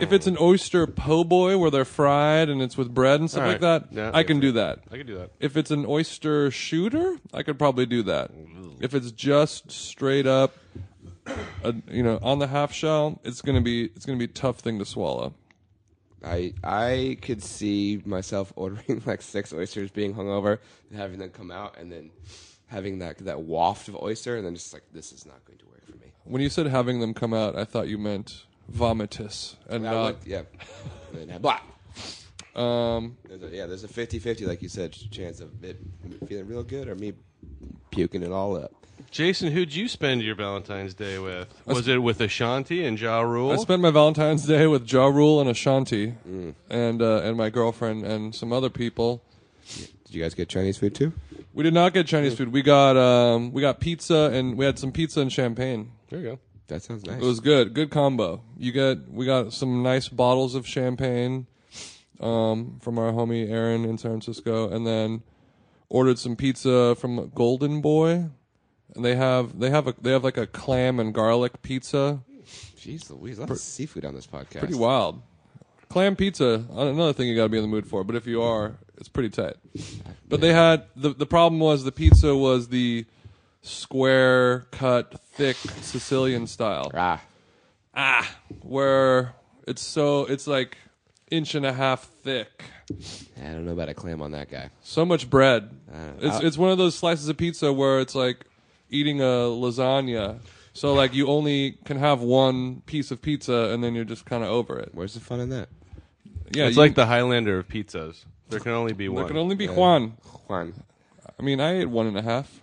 [SPEAKER 3] if it's an oyster po' boy where they're fried and it's with bread and stuff
[SPEAKER 4] All
[SPEAKER 3] like
[SPEAKER 4] right.
[SPEAKER 3] that,
[SPEAKER 4] Yeah,
[SPEAKER 3] I can do that.
[SPEAKER 4] I could do that.
[SPEAKER 3] If it's an oyster shooter, I could probably do that. If it's just straight up, uh you know, on the half shell, it's gonna be it's gonna be a tough thing to swallow.
[SPEAKER 5] I I could see myself ordering like six oysters, being hungover, and having them come out, and then having that that waft of oyster, and then just like this is not going to work for me.
[SPEAKER 3] When you said having them come out, I thought you meant vomitus and
[SPEAKER 5] And I
[SPEAKER 3] not
[SPEAKER 5] went- yeah, and then have- blah.
[SPEAKER 3] um,
[SPEAKER 5] There's a, yeah, there's a 50-50, like you said, chance of it feeling real good or me puking it all up.
[SPEAKER 4] Jason, who'd you spend your Valentine's Day with? Was it with Ashanti and Ja Rule?
[SPEAKER 3] I spent my Valentine's Day with Ja Rule and Ashanti and uh, and my girlfriend and some other people.
[SPEAKER 5] Did you guys get Chinese food too?
[SPEAKER 3] We did not get Chinese food. We got um, we got pizza and we had some pizza and champagne.
[SPEAKER 4] there you go.
[SPEAKER 5] That sounds nice.
[SPEAKER 3] It was good, good combo. You get we got some nice bottles of champagne um, from our homie Aaron in San Francisco, and then ordered some pizza from Golden Boy. And they have they have a they have like a clam and garlic pizza.
[SPEAKER 5] Jeez Louise, a lot of seafood on this podcast.
[SPEAKER 3] Pretty wild. Clam pizza, another thing you got to be in the mood for. But if you are, it's pretty tight. But they had the the problem was the pizza was the square cut, thick Sicilian style,
[SPEAKER 5] Ah,
[SPEAKER 3] where it's so it's like inch and a half thick.
[SPEAKER 5] I don't know about a clam on that guy.
[SPEAKER 3] So much bread.
[SPEAKER 5] Uh,
[SPEAKER 3] It's
[SPEAKER 5] I-
[SPEAKER 3] it's one of those slices of pizza where it's like eating a lasagna. So like you only can have one piece of pizza and then you're just kind of over it.
[SPEAKER 5] Where's the fun in that?
[SPEAKER 3] Yeah,
[SPEAKER 4] it's
[SPEAKER 3] you-
[SPEAKER 4] like the Highlander of pizzas. There can only be one.
[SPEAKER 3] there can only be Juan.
[SPEAKER 5] Juan.
[SPEAKER 3] I mean, I ate one and a half,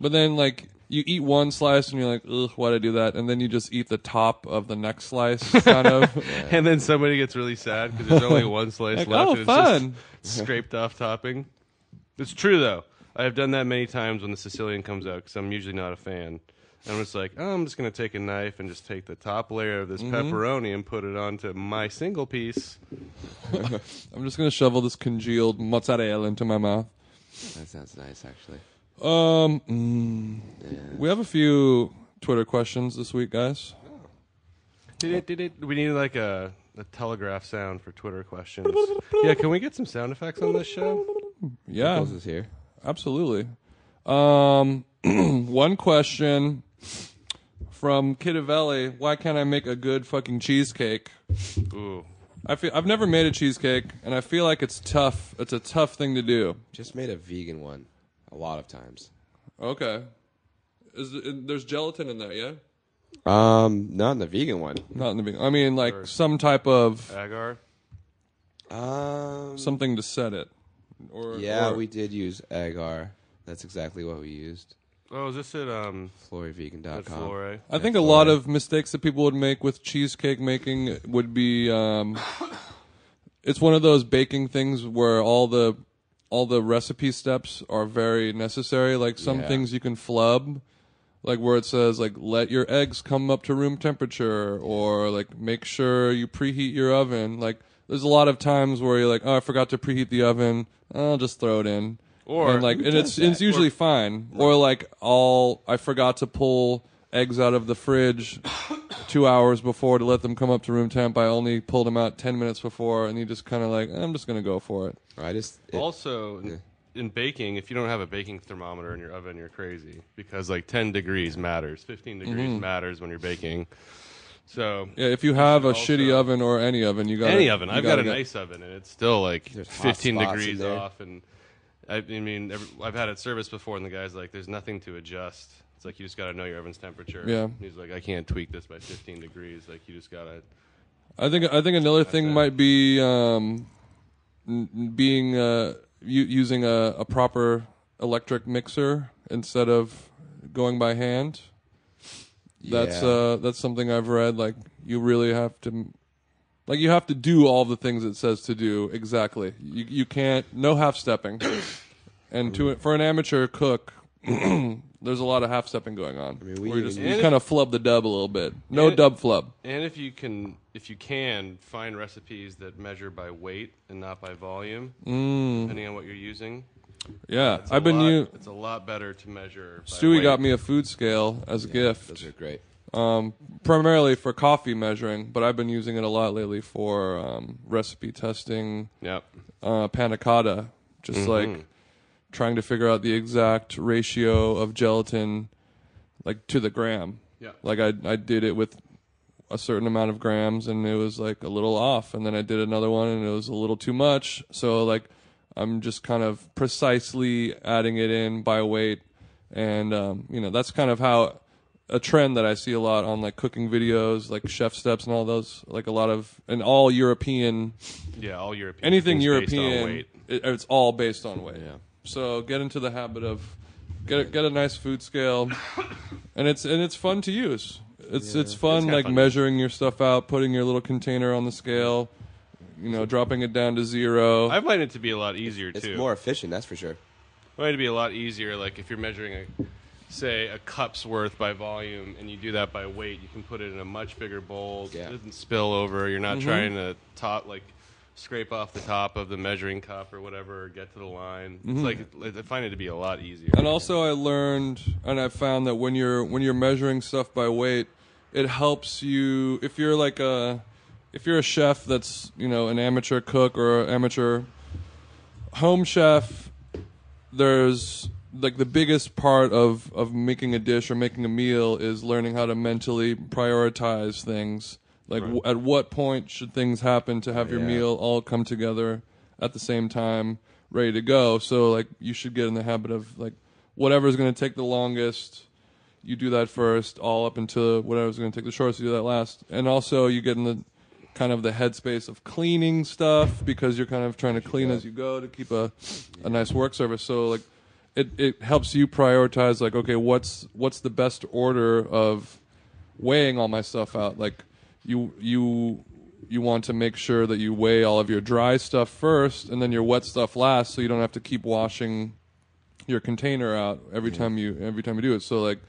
[SPEAKER 3] but then like you eat one slice and you're like, ugh, why'd I do that? And then you just eat the top of the next slice, kind of.
[SPEAKER 4] and then somebody gets really sad because there's only one slice
[SPEAKER 3] Like,
[SPEAKER 4] left.
[SPEAKER 3] oh,
[SPEAKER 4] and it's
[SPEAKER 3] fun.
[SPEAKER 4] Just scraped off topping. It's true though. I have done that many times when the Sicilian comes out because I'm usually not a fan. And I'm just like, oh, I'm just gonna take a knife and just take the top layer of this
[SPEAKER 3] Mm-hmm.
[SPEAKER 4] pepperoni and put it onto my single piece.
[SPEAKER 3] I'm just gonna shovel this congealed mozzarella into my mouth.
[SPEAKER 5] That sounds nice, actually.
[SPEAKER 3] Um, mm, we have a few Twitter questions this week, guys.
[SPEAKER 4] Did it? Did it? We need like a, a telegraph sound for Twitter questions. yeah, can we get some sound effects on this show?
[SPEAKER 3] Yeah,
[SPEAKER 5] Nichols is here.
[SPEAKER 3] absolutely. Um, one question from Kitavelli: Why can't I make a good fucking cheesecake?
[SPEAKER 4] Ooh,
[SPEAKER 3] I feel I've never made a cheesecake, and I feel like it's tough. It's a tough thing to do.
[SPEAKER 5] Just made a vegan one a lot of times.
[SPEAKER 3] Okay, is there's gelatin in there? Yeah,
[SPEAKER 5] Um, not in the vegan one.
[SPEAKER 3] not in the beginning. I mean, like some type of
[SPEAKER 4] agar.
[SPEAKER 5] Um,
[SPEAKER 3] something to set it. Or
[SPEAKER 5] yeah,
[SPEAKER 3] or-
[SPEAKER 5] we did use agar. That's exactly what we used.
[SPEAKER 4] Oh, is this at um
[SPEAKER 5] Florivegan.com.
[SPEAKER 4] at Flore?
[SPEAKER 3] I think a lot of mistakes that people would make with cheesecake making would be um, it's one of those baking things where all the all the recipe steps are very necessary. Like some
[SPEAKER 5] Yeah.
[SPEAKER 3] things you can flub, like where it says like let your eggs come up to room temperature, or like make sure you preheat your oven. Like there's a lot of times where you're like, oh, I forgot to preheat the oven. I'll just throw it in.
[SPEAKER 4] Or-
[SPEAKER 3] and like
[SPEAKER 4] Who
[SPEAKER 3] and it's it's usually fine. Or like all I forgot to pull eggs out of the fridge two hours before to let them come up to room temp. I only pulled him out ten minutes before, and he just kind of like, I'm just gonna go for it.
[SPEAKER 5] I just it-
[SPEAKER 4] also, in- in baking, if you don't have a baking thermometer in your oven, you're crazy because like 10 degrees matters, 15
[SPEAKER 5] Mm-hmm.
[SPEAKER 4] degrees matters when you're baking. So
[SPEAKER 3] Yeah, if you have a
[SPEAKER 4] Also-
[SPEAKER 3] shitty oven or any oven, you got
[SPEAKER 4] any oven, I've got a
[SPEAKER 3] get,
[SPEAKER 4] nice oven and it's still like
[SPEAKER 5] There's hot
[SPEAKER 4] 15
[SPEAKER 5] spots in
[SPEAKER 4] degrees
[SPEAKER 5] there.
[SPEAKER 4] off, and I, I mean every, I've had it serviced before, and the guy's like, "There's nothing to adjust." It's like you just got to know your oven's temperature.
[SPEAKER 3] Yeah.
[SPEAKER 4] And he's like, "I can't tweak this by 15 degrees." Like you just got to.
[SPEAKER 3] I think I think another thing
[SPEAKER 4] it.
[SPEAKER 3] might be um, n- n- being uh, u- using a, a proper electric mixer instead of going by hand. That's
[SPEAKER 5] Yeah.
[SPEAKER 3] uh, that's something I've read. Like you really have to, like you have to do all the things it says to do exactly. You you can't no half stepping, and to for an amateur cook. There's a lot of half stepping going on.
[SPEAKER 5] mean, we
[SPEAKER 3] where you
[SPEAKER 5] even-
[SPEAKER 3] just
[SPEAKER 4] And
[SPEAKER 3] you
[SPEAKER 4] if-
[SPEAKER 3] kind of flub the dub a little bit. No
[SPEAKER 4] and it-
[SPEAKER 3] dub flub.
[SPEAKER 4] And if you can, if you can find recipes that measure by weight and not by volume, depending on what you're using.
[SPEAKER 3] Yeah,
[SPEAKER 4] It's a
[SPEAKER 3] Mm. I've been
[SPEAKER 4] lot-
[SPEAKER 3] u-
[SPEAKER 4] It's a lot better to measure. by
[SPEAKER 3] Stewie got
[SPEAKER 4] weight.
[SPEAKER 3] me a food scale as a
[SPEAKER 5] those
[SPEAKER 3] gift,
[SPEAKER 5] are great.
[SPEAKER 3] primarily for coffee measuring, but I've been using it a lot lately for um, recipe testing,
[SPEAKER 4] Yep.
[SPEAKER 3] uh, panna cotta, just
[SPEAKER 5] Mm-hmm.
[SPEAKER 3] like trying to figure out the exact ratio of gelatin, like to the gram.
[SPEAKER 4] Yeah.
[SPEAKER 3] Like I I did it with a certain amount of grams, and it was like a little off, and then I did another one, and it was a little too much. So like I'm just kind of precisely adding it in by weight, and um, you know that's kind of how a trend that I see a lot on like cooking videos, like chef steps and all those, like a lot of and all European
[SPEAKER 4] Yeah, all European.
[SPEAKER 3] anything
[SPEAKER 4] things based on
[SPEAKER 3] European,
[SPEAKER 4] weight.
[SPEAKER 3] it, it's all based on weight.
[SPEAKER 5] Yeah.
[SPEAKER 3] So get into the habit of get a, get a nice food scale, and it's and it's fun to use. It's it's fun
[SPEAKER 4] kinda
[SPEAKER 3] like
[SPEAKER 4] fun.
[SPEAKER 3] measuring your stuff out, putting your little container on the scale, you know, dropping it down to zero.
[SPEAKER 4] I find it to be a lot easier
[SPEAKER 5] It's
[SPEAKER 4] too.
[SPEAKER 5] more efficient, that's for sure.
[SPEAKER 4] Well, it'd be a lot easier, like if you're measuring a, say, a cup's worth by volume, and you do that by weight. You can put it in a much bigger bowl.
[SPEAKER 5] Yeah.
[SPEAKER 4] It doesn't spill over. You're
[SPEAKER 3] Mm-hmm.
[SPEAKER 4] not trying to top like scrape off the top of the measuring cup or whatever, or get to the line. It's like I find it to be a lot easier.
[SPEAKER 3] Mm-hmm. And also, I learned and I found that when you're when you're measuring stuff by weight, it helps you if you're like a if you're a chef that's you know an amateur cook or an amateur home chef. There's like the biggest part of of making a dish or making a meal is learning how to mentally prioritize things. Like w- at what point should things happen to have your
[SPEAKER 5] Yeah.
[SPEAKER 3] meal all come together at the same time, ready to go. So like you should get in the habit of like whatever's going to take the longest, you do that first, all up into whatever's going to take the shortest, you do that last. And also you get in the kind of the headspace of cleaning stuff because you're kind of trying to clean as you go to keep a a nice work surface. So like it it helps you prioritize like okay, what's what's the best order of weighing all my stuff out. Like you you you want to make sure that you weigh all of your dry stuff first and then your wet stuff last so you don't have to keep washing your container out every time you every time you do it. So like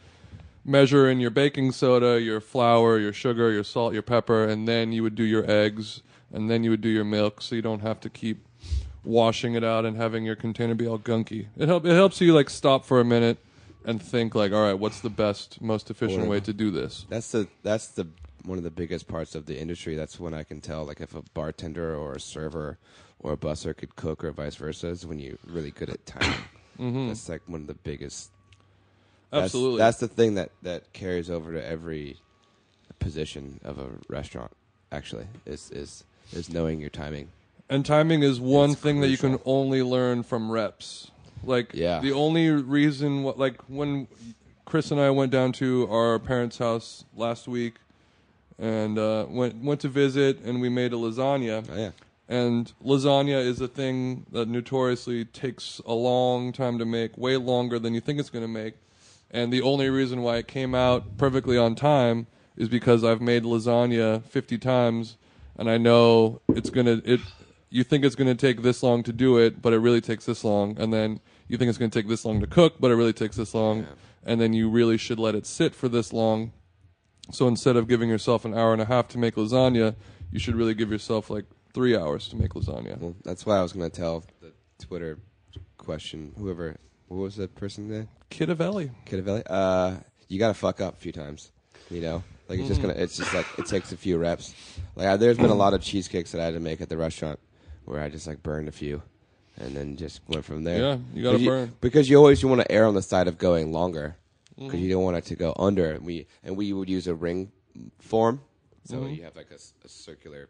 [SPEAKER 3] measure in your baking soda, your flour, your sugar, your salt, your pepper, and then you would do your eggs and then you would do your milk so you don't have to keep washing it out and having your container be all gunky. It help it helps you like stop for a minute and think like, all right, what's the best, most efficient
[SPEAKER 5] Order.
[SPEAKER 3] way to do this?
[SPEAKER 5] That's the that's the one of the biggest parts of the industry. That's when I can tell like if a bartender or a server or a busser could cook or vice versa is when you're really good at time. That's like one of the biggest that's-
[SPEAKER 3] Absolutely.
[SPEAKER 5] That's, the thing that, that carries over to every position of a restaurant, actually, is is is knowing your timing.
[SPEAKER 3] and timing is one
[SPEAKER 5] It's
[SPEAKER 3] thing that you can
[SPEAKER 5] crucial.
[SPEAKER 3] only learn from reps. Like
[SPEAKER 5] Yeah.
[SPEAKER 3] the only reason what like when Chris and I went down to our parents' house last week and uh, went went to visit and we made a lasagna.
[SPEAKER 5] Oh yeah.
[SPEAKER 3] And lasagna is a thing that notoriously takes a long time to make, way longer than you think it's going to make. And the only reason why it came out perfectly on time is because I've made lasagna 50 times and I know it's going to it you think it's going to take this long to do it, but it really takes this long. And then you think it's going to take this long to cook, but it really takes this long. And then you really should let it sit for this long so instead of giving yourself an hour and a half to make lasagna, you should really give yourself like three hours to make lasagna.
[SPEAKER 5] Well, that's why I was gonna tell the Twitter question whoever what was the person there?
[SPEAKER 3] Kitavelli.
[SPEAKER 5] Kitavelli? Uh you gotta fuck up a few times. You know? Like it's just gonna. It's just like it takes a few reps. Like I, there's been a lot of cheesecakes that I had to make at the restaurant where I just like burned a few, and then just went from there.
[SPEAKER 3] Yeah, you gotta
[SPEAKER 5] But
[SPEAKER 3] burn. Mm-hmm.
[SPEAKER 5] because you always you want to err on the side of going longer because you don't want it to go under. And we and we would use a ring form, so
[SPEAKER 3] Mm-hmm.
[SPEAKER 5] you have like a, s- a circular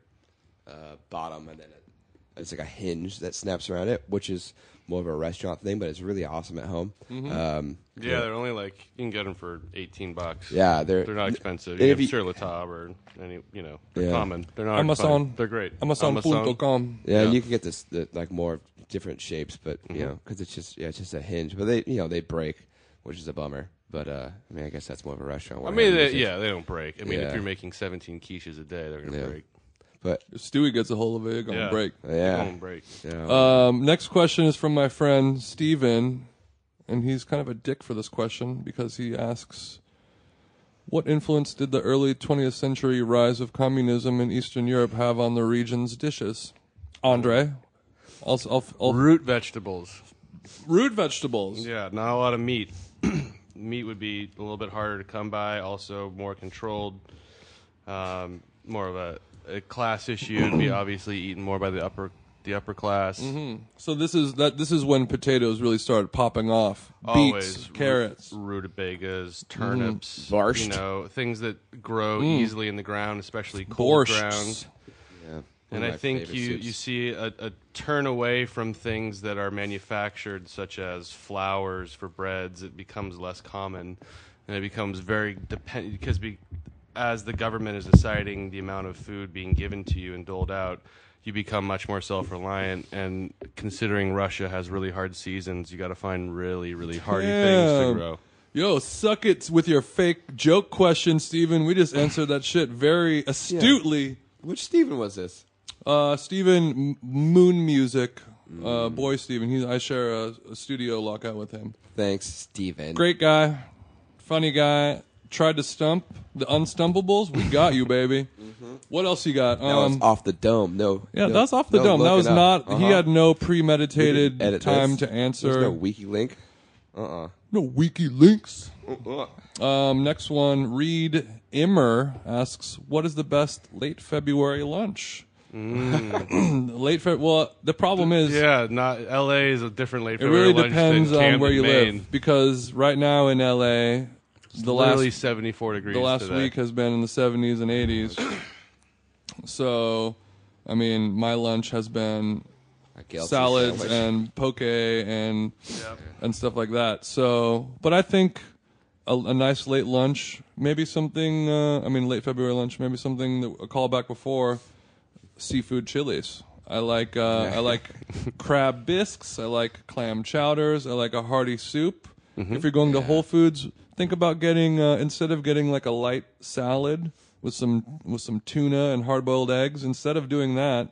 [SPEAKER 5] uh, bottom and then a, it's like a hinge that snaps around it, which is more of a restaurant thing, but it's really awesome at home.
[SPEAKER 3] Mm-hmm.
[SPEAKER 5] Um,
[SPEAKER 4] Yeah, they're only like you can get them for eighteen bucks.
[SPEAKER 5] yeah, they're
[SPEAKER 4] they're not expensive.
[SPEAKER 5] and
[SPEAKER 4] You
[SPEAKER 5] if
[SPEAKER 4] have
[SPEAKER 5] you-
[SPEAKER 4] Sur La Table or any, you know, they're
[SPEAKER 5] Yeah.
[SPEAKER 4] common. They're not
[SPEAKER 3] Amazon.
[SPEAKER 4] expensive. They're great.
[SPEAKER 5] Yeah,
[SPEAKER 3] Amazon.com.
[SPEAKER 5] and
[SPEAKER 4] Yeah. Mm-hmm.
[SPEAKER 5] you can get this the, like more different shapes, but you know, because it's just yeah, it's just a hinge. But they you know they break, which is a bummer. But uh, I mean, I guess that's more of a restaurant.
[SPEAKER 4] I
[SPEAKER 5] where
[SPEAKER 4] mean,
[SPEAKER 5] hand
[SPEAKER 4] they,
[SPEAKER 5] uses.
[SPEAKER 4] yeah, they don't break. I mean,
[SPEAKER 5] Yeah.
[SPEAKER 4] if you're making 17 quiches a day, they're gonna
[SPEAKER 5] Yeah.
[SPEAKER 4] break.
[SPEAKER 5] But
[SPEAKER 3] If Stewie gets a hold of it, it's gonna
[SPEAKER 4] Yeah.
[SPEAKER 3] break.
[SPEAKER 4] They're
[SPEAKER 5] yeah,
[SPEAKER 4] gonna break.
[SPEAKER 5] you know,
[SPEAKER 4] Uh,
[SPEAKER 3] Um, next question is from my friend Steven, and he's kind of a dick for this question because he asks What influence did the early 20th century rise of communism in Eastern Europe have on the region's dishes? Andre? I'll, I'll, I'll,
[SPEAKER 4] Root vegetables.
[SPEAKER 3] root vegetables.
[SPEAKER 4] Yeah, not a lot of meat. meat would be a little bit harder to come by. Also, more controlled. Um, more of a, a class issue would be obviously eaten more by the upper the upper class.
[SPEAKER 3] So this is that. This is when potatoes really started popping off. Beets,
[SPEAKER 4] Always
[SPEAKER 3] carrots.
[SPEAKER 4] ru- rutabagas, turnips,
[SPEAKER 5] Borscht.
[SPEAKER 4] you know, things that grow easily in the ground, especially cold
[SPEAKER 3] Borschts.
[SPEAKER 4] ground.
[SPEAKER 5] yeah. One
[SPEAKER 4] And
[SPEAKER 5] of
[SPEAKER 4] I
[SPEAKER 5] my
[SPEAKER 4] think
[SPEAKER 5] favorite
[SPEAKER 4] you,
[SPEAKER 5] soups.
[SPEAKER 4] you see a, a turn away from things that are manufactured, such as flours for breads. It becomes less common, and it becomes very dependent because be, as the government is deciding the amount of food being given to you and doled out, you become much more self-reliant. And considering Russia has really hard seasons, you got to find really, really hardy things to
[SPEAKER 3] Damn.
[SPEAKER 4] grow.
[SPEAKER 3] Yo, suck it with your fake joke question, Steven. We just answered that shit very astutely.
[SPEAKER 5] Which Stephen was this?
[SPEAKER 3] Uh, Steven M- Moon Music,
[SPEAKER 5] Mm.
[SPEAKER 3] uh, boy Steven. He's, I share a, a studio lockout with him.
[SPEAKER 5] Thanks, Stephen.
[SPEAKER 3] Great guy, funny guy. Tried to stump the unstumpables. We got you, baby. What else you got?
[SPEAKER 5] Mm-hmm.
[SPEAKER 3] Um,
[SPEAKER 5] That was off the dome. No.
[SPEAKER 3] Yeah,
[SPEAKER 5] no-
[SPEAKER 3] that's off the
[SPEAKER 5] no
[SPEAKER 3] dome. That
[SPEAKER 5] looking
[SPEAKER 3] was
[SPEAKER 5] up.
[SPEAKER 3] not. He
[SPEAKER 5] Uh-huh.
[SPEAKER 3] had no
[SPEAKER 5] We didn't
[SPEAKER 3] premeditated
[SPEAKER 5] edit
[SPEAKER 3] time
[SPEAKER 5] this.
[SPEAKER 3] to answer.
[SPEAKER 5] There's no wiki link.
[SPEAKER 3] no wiki links.
[SPEAKER 5] Ugh.
[SPEAKER 3] Um, next one, Reed Immer asks, "What is the best late February lunch?"
[SPEAKER 5] Mm.
[SPEAKER 3] late Feb. Well, the problem is,
[SPEAKER 4] Yeah, not L.A. is a different late.
[SPEAKER 3] it really depends on where you live because right now in LA, the last
[SPEAKER 4] Literally 74 degrees.
[SPEAKER 3] the last
[SPEAKER 4] today.
[SPEAKER 3] week has been in the 70s and 80s. so, I mean, my lunch has been
[SPEAKER 5] A Kelsey
[SPEAKER 3] salads
[SPEAKER 5] sandwich.
[SPEAKER 3] and poke and and stuff like that. So, but I think a, a nice late lunch, maybe something. Uh, I mean, late February lunch, maybe something that a call back before seafood chilies. I like uh, I like crab bisques. I like clam chowders. I like a hearty soup. If you're going to Whole Foods, think about getting uh, instead of getting like a light salad with some with some tuna and hard boiled eggs. Instead of doing that,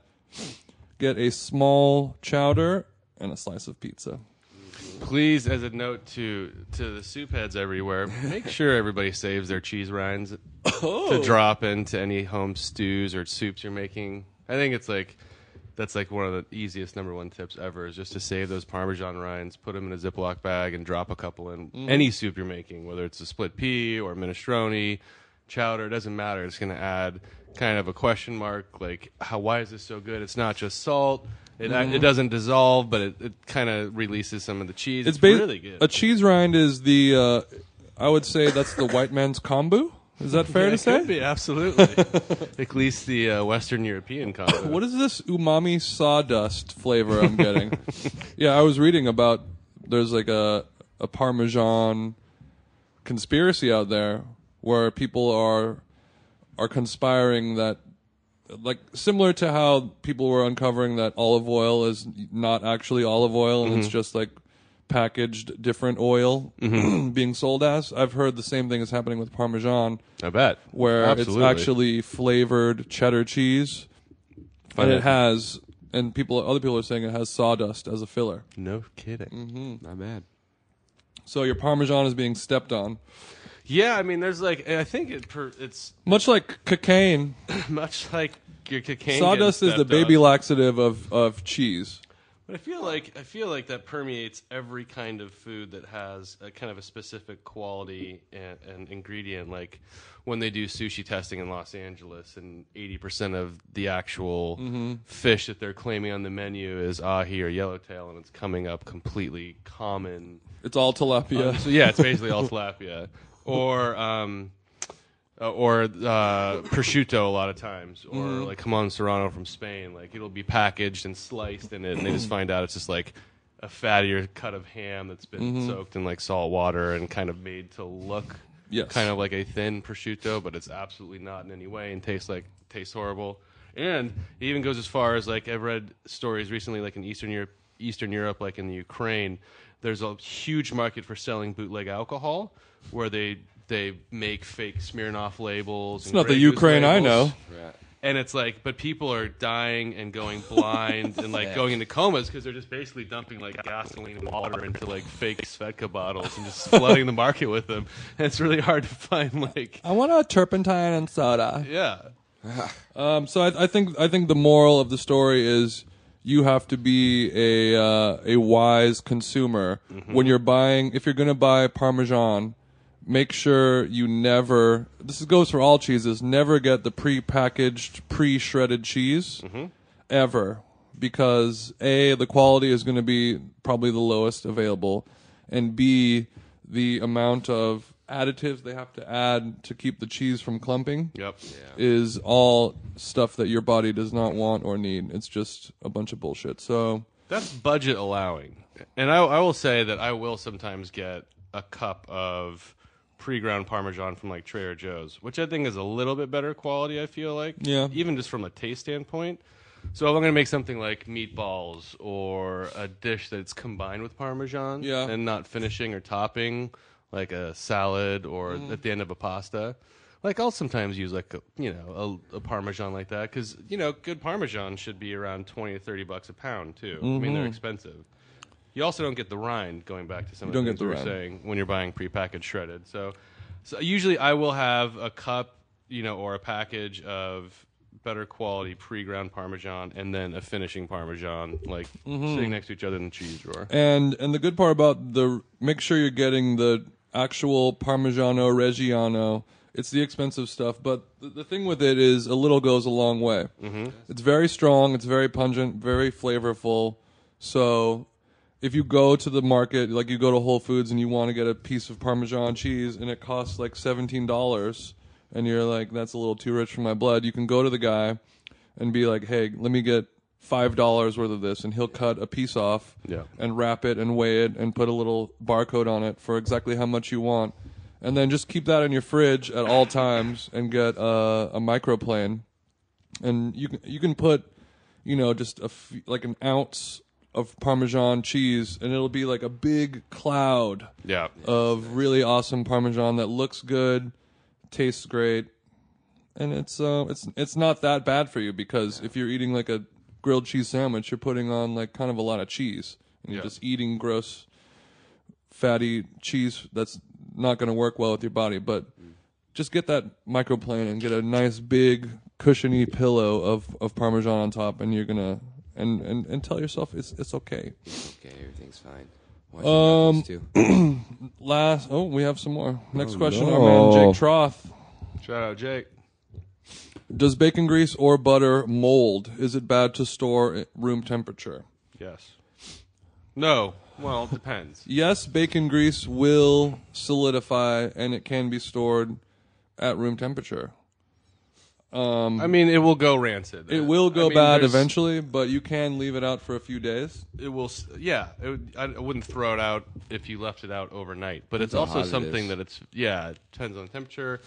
[SPEAKER 3] get a small chowder and a slice of pizza.
[SPEAKER 4] Please, as a note to to the soup heads everywhere, make sure everybody saves their cheese rinds to drop into any home stews or soups you're making. I think it's like that's like one of the easiest number one tips ever is just to save those parmesan rinds, put them in a Ziploc bag, and drop a couple in any soup you're making, whether it's a split pea or minestrone, chowder. It doesn't matter. It's going to add kind of a question mark, like how why is this so good? It's not just salt. It, it doesn't dissolve, but it, it kind of releases some of the cheese. It's,
[SPEAKER 3] It's ba-
[SPEAKER 4] really good.
[SPEAKER 3] A cheese rind is the. Uh, I would say that's the white man's kombu. Is that fair to
[SPEAKER 4] it could
[SPEAKER 3] say?
[SPEAKER 4] be absolutely. At least the uh, Western European combo.
[SPEAKER 3] What is this umami sawdust flavor I'm getting? yeah, I was reading about there's like a a parmesan conspiracy out there where people are are conspiring that like similar to how people were uncovering that olive oil is not actually olive oil and it's just like packaged different oil being sold as. I've heard the same thing is happening with parmesan
[SPEAKER 4] I bet
[SPEAKER 3] where
[SPEAKER 4] Absolutely.
[SPEAKER 3] it's actually flavored cheddar cheese, and it has, and people, other people are saying it has sawdust as a filler.
[SPEAKER 4] no kidding.
[SPEAKER 3] Mm-hmm.
[SPEAKER 5] Not mad.
[SPEAKER 3] So your parmesan is being stepped on,
[SPEAKER 4] Yeah, I mean, there's like I think it per, it's
[SPEAKER 3] much like cocaine.
[SPEAKER 4] much like your cocaine. getting
[SPEAKER 3] sawdust is the
[SPEAKER 4] stepped
[SPEAKER 3] baby
[SPEAKER 4] on.
[SPEAKER 3] laxative of of cheese.
[SPEAKER 4] But I feel like I feel like that permeates every kind of food that has a kind of a specific quality and, and ingredient. Like when they do sushi testing in Los Angeles, and eighty percent of the actual
[SPEAKER 3] Mm-hmm.
[SPEAKER 4] fish that they're claiming on the menu is ahi or yellowtail, and it's coming up completely common.
[SPEAKER 3] It's all tilapia.
[SPEAKER 4] So yeah, it's basically all tilapia or um, uh, or uh, prosciutto a lot of times, or like jamon serrano from Spain. Like it'll be packaged and sliced in it, and they just find out it's just like a fattier cut of ham that's been soaked in like salt water and kind of made to look
[SPEAKER 3] Yes.
[SPEAKER 4] kind of like a thin prosciutto, but it's absolutely not in any way and tastes like tastes horrible. And it even goes as far as like I've read stories recently, like in Eastern Europe, Eastern Europe, like in the Ukraine, there's a huge market for selling bootleg alcohol, where they they make fake Smirnoff labels.
[SPEAKER 3] it's not the Ukraine I know.
[SPEAKER 5] Right.
[SPEAKER 4] And it's like, but people are dying and going blind and like going into comas because they're just basically dumping like gasoline and water into like fake Svedka bottles and just flooding the market with them. And it's really hard to find like,
[SPEAKER 3] I want a turpentine and soda.
[SPEAKER 4] yeah,
[SPEAKER 3] Um, so I, I think I think the moral of the story is you have to be a uh, a wise consumer when you're buying. If you're going to buy Parmesan, make sure you never. This goes for all cheeses. Never get the pre-packaged, pre-shredded cheese ever, because a the quality is going to be probably the lowest available, and b the amount of additives they have to add to keep the cheese from clumping
[SPEAKER 4] yep,
[SPEAKER 3] is all stuff that your body does not want or need. It's just a bunch of bullshit. So
[SPEAKER 4] That's budget allowing. And I, I will say that I will sometimes get a cup of pre ground Parmesan from like Trader Joe's, which I think is a little bit better quality, I feel like.
[SPEAKER 3] Yeah.
[SPEAKER 4] Even just from a taste standpoint. So if I'm going to make something like meatballs or a dish that's combined with Parmesan
[SPEAKER 3] Yeah.
[SPEAKER 4] and not finishing or topping, like a salad or
[SPEAKER 3] Mm-hmm.
[SPEAKER 4] at the end of a pasta. Like I'll sometimes use like a, you know a, a parmesan like that because you know good parmesan should be around twenty to thirty bucks a pound too. I mean
[SPEAKER 3] Mm-hmm.
[SPEAKER 4] they're expensive. You also don't get the rind going back to some of the
[SPEAKER 3] don't get
[SPEAKER 4] things
[SPEAKER 3] the
[SPEAKER 4] we were
[SPEAKER 3] rind.
[SPEAKER 4] saying when you're buying prepackaged shredded. So, so usually I will have a cup, you know, or a package of better quality pre-ground parmesan and then a finishing parmesan like
[SPEAKER 3] Mm-hmm.
[SPEAKER 4] sitting next to each other in the cheese drawer.
[SPEAKER 3] and and the good part about the make sure you're getting the actual Parmigiano Reggiano. It's the expensive stuff, but the, the thing with it is a little goes a long way. Mm-hmm. It's very strong. It's very pungent. Very flavorful. So. If you go to the market, like you go to Whole Foods and you want to get a piece of Parmesan cheese and it costs like $17, and you're like, that's a little too rich for my blood, you can go to the guy and be like, hey, let me get five dollars worth of this, and he'll cut a piece off,
[SPEAKER 4] Yeah.
[SPEAKER 3] and wrap it and weigh it and put a little barcode on it for exactly how much you want, and then just keep that in your fridge at all times and get uh, a microplane, and you can you can put, you know, just a f- like an ounce of Parmesan cheese, and it'll be like a big cloud
[SPEAKER 4] Yeah.
[SPEAKER 3] of really awesome Parmesan that looks good, tastes great, and it's uh, it's it's not that bad for you because if you're eating like a grilled cheese sandwich, you're putting on like kind of a lot of cheese, and you're
[SPEAKER 4] Yeah.
[SPEAKER 3] just eating gross, fatty cheese that's not going to work well with your body. But just get that microplane and get a nice big cushiony pillow of of Parmesan on top, and you're gonna. And, and, and tell yourself it's it's okay.
[SPEAKER 5] Okay, everything's fine. Why do you not
[SPEAKER 3] Um,
[SPEAKER 5] used to?
[SPEAKER 3] Last oh we have some more. Next question, our
[SPEAKER 5] no.
[SPEAKER 3] man Jake Troth.
[SPEAKER 4] Shout out Jake.
[SPEAKER 3] Does bacon grease or butter mold? Is it bad to store at room temperature?
[SPEAKER 4] Yes. No. Well, it depends.
[SPEAKER 3] Yes, bacon grease will solidify and it can be stored at room temperature.
[SPEAKER 4] I mean, it will go rancid.
[SPEAKER 3] Um, It will go
[SPEAKER 4] I mean,
[SPEAKER 3] bad
[SPEAKER 4] there's-
[SPEAKER 3] eventually, but you can leave it out for a few days.
[SPEAKER 4] It will. s- Yeah. It would, I I wouldn't throw it out if you left it out overnight. But it's
[SPEAKER 5] how
[SPEAKER 4] also
[SPEAKER 5] hot it
[SPEAKER 4] something
[SPEAKER 5] is.
[SPEAKER 4] that it's. Yeah. It depends on temperature.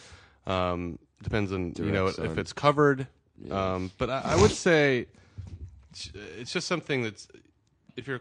[SPEAKER 4] Um, depends on you know
[SPEAKER 5] Direct sun.
[SPEAKER 4] if it's covered. Um, but I, I would say it's- it's just something that's if you're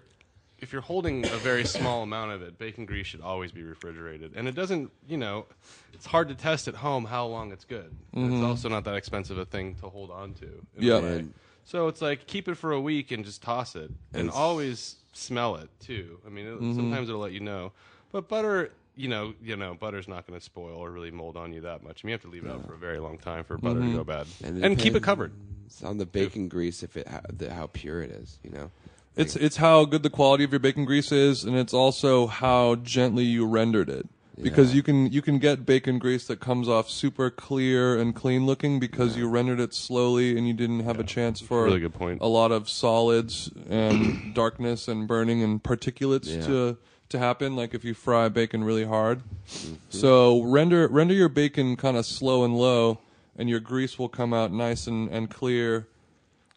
[SPEAKER 4] if you're holding a very small amount of it, bacon grease should always be refrigerated. And it doesn't, you know, it's hard to test at home how long it's good. And
[SPEAKER 5] Mm-hmm.
[SPEAKER 4] It's also not that expensive a thing to hold on to. in a
[SPEAKER 3] Yeah.
[SPEAKER 4] way.
[SPEAKER 5] And-
[SPEAKER 4] So it's like keep it for a week and just toss it, and always smell it too. I mean, it, sometimes it'll let you know. But butter, you know, you know, butter's not going to spoil or really mold on you that much. I mean, you have to leave it out for a very long time for butter to go bad,
[SPEAKER 5] And
[SPEAKER 4] and,
[SPEAKER 5] it
[SPEAKER 4] keep
[SPEAKER 5] depends
[SPEAKER 4] it covered.
[SPEAKER 5] It's on the bacon grease if it how, the, how pure it is, you know.
[SPEAKER 3] It's it's how good the quality of your bacon grease is, and it's also how gently you rendered it. Because you can you can get bacon grease that comes off super clear and clean looking because you rendered it slowly and you didn't have a chance for
[SPEAKER 4] Really good point.
[SPEAKER 3] a lot of solids and darkness and burning and particulates
[SPEAKER 5] Yeah.
[SPEAKER 3] to to happen. Like if you fry bacon really hard,
[SPEAKER 4] Mm-hmm.
[SPEAKER 3] so render render your bacon kind of slow and low, and your grease will come out nice and, and clear.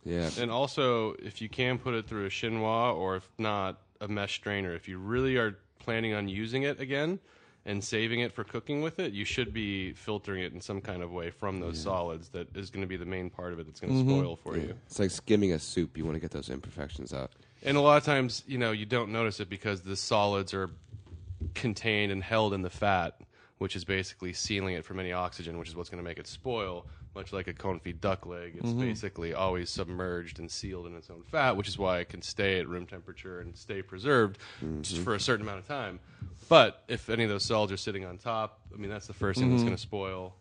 [SPEAKER 5] Yeah.
[SPEAKER 4] And also, if you can put it through a chinois or if not, a mesh strainer. If you really are planning on using it again and saving it for cooking with it, you should be filtering it in some kind of way from those solids that is going to be the main part of it that's going to spoil for you.
[SPEAKER 5] It's like skimming a soup. You want to get those imperfections out.
[SPEAKER 4] And a lot of times, you know, you don't notice it because the solids are contained and held in the fat, which is basically sealing it from any oxygen, which is what's going to make it spoil. Much like a confit duck leg, it's basically always submerged and sealed in its own fat, which is why it can stay at room temperature and stay preserved just for a certain amount of time. But if any of those solids are sitting on top, I mean, that's the 1st thing that's going to spoil.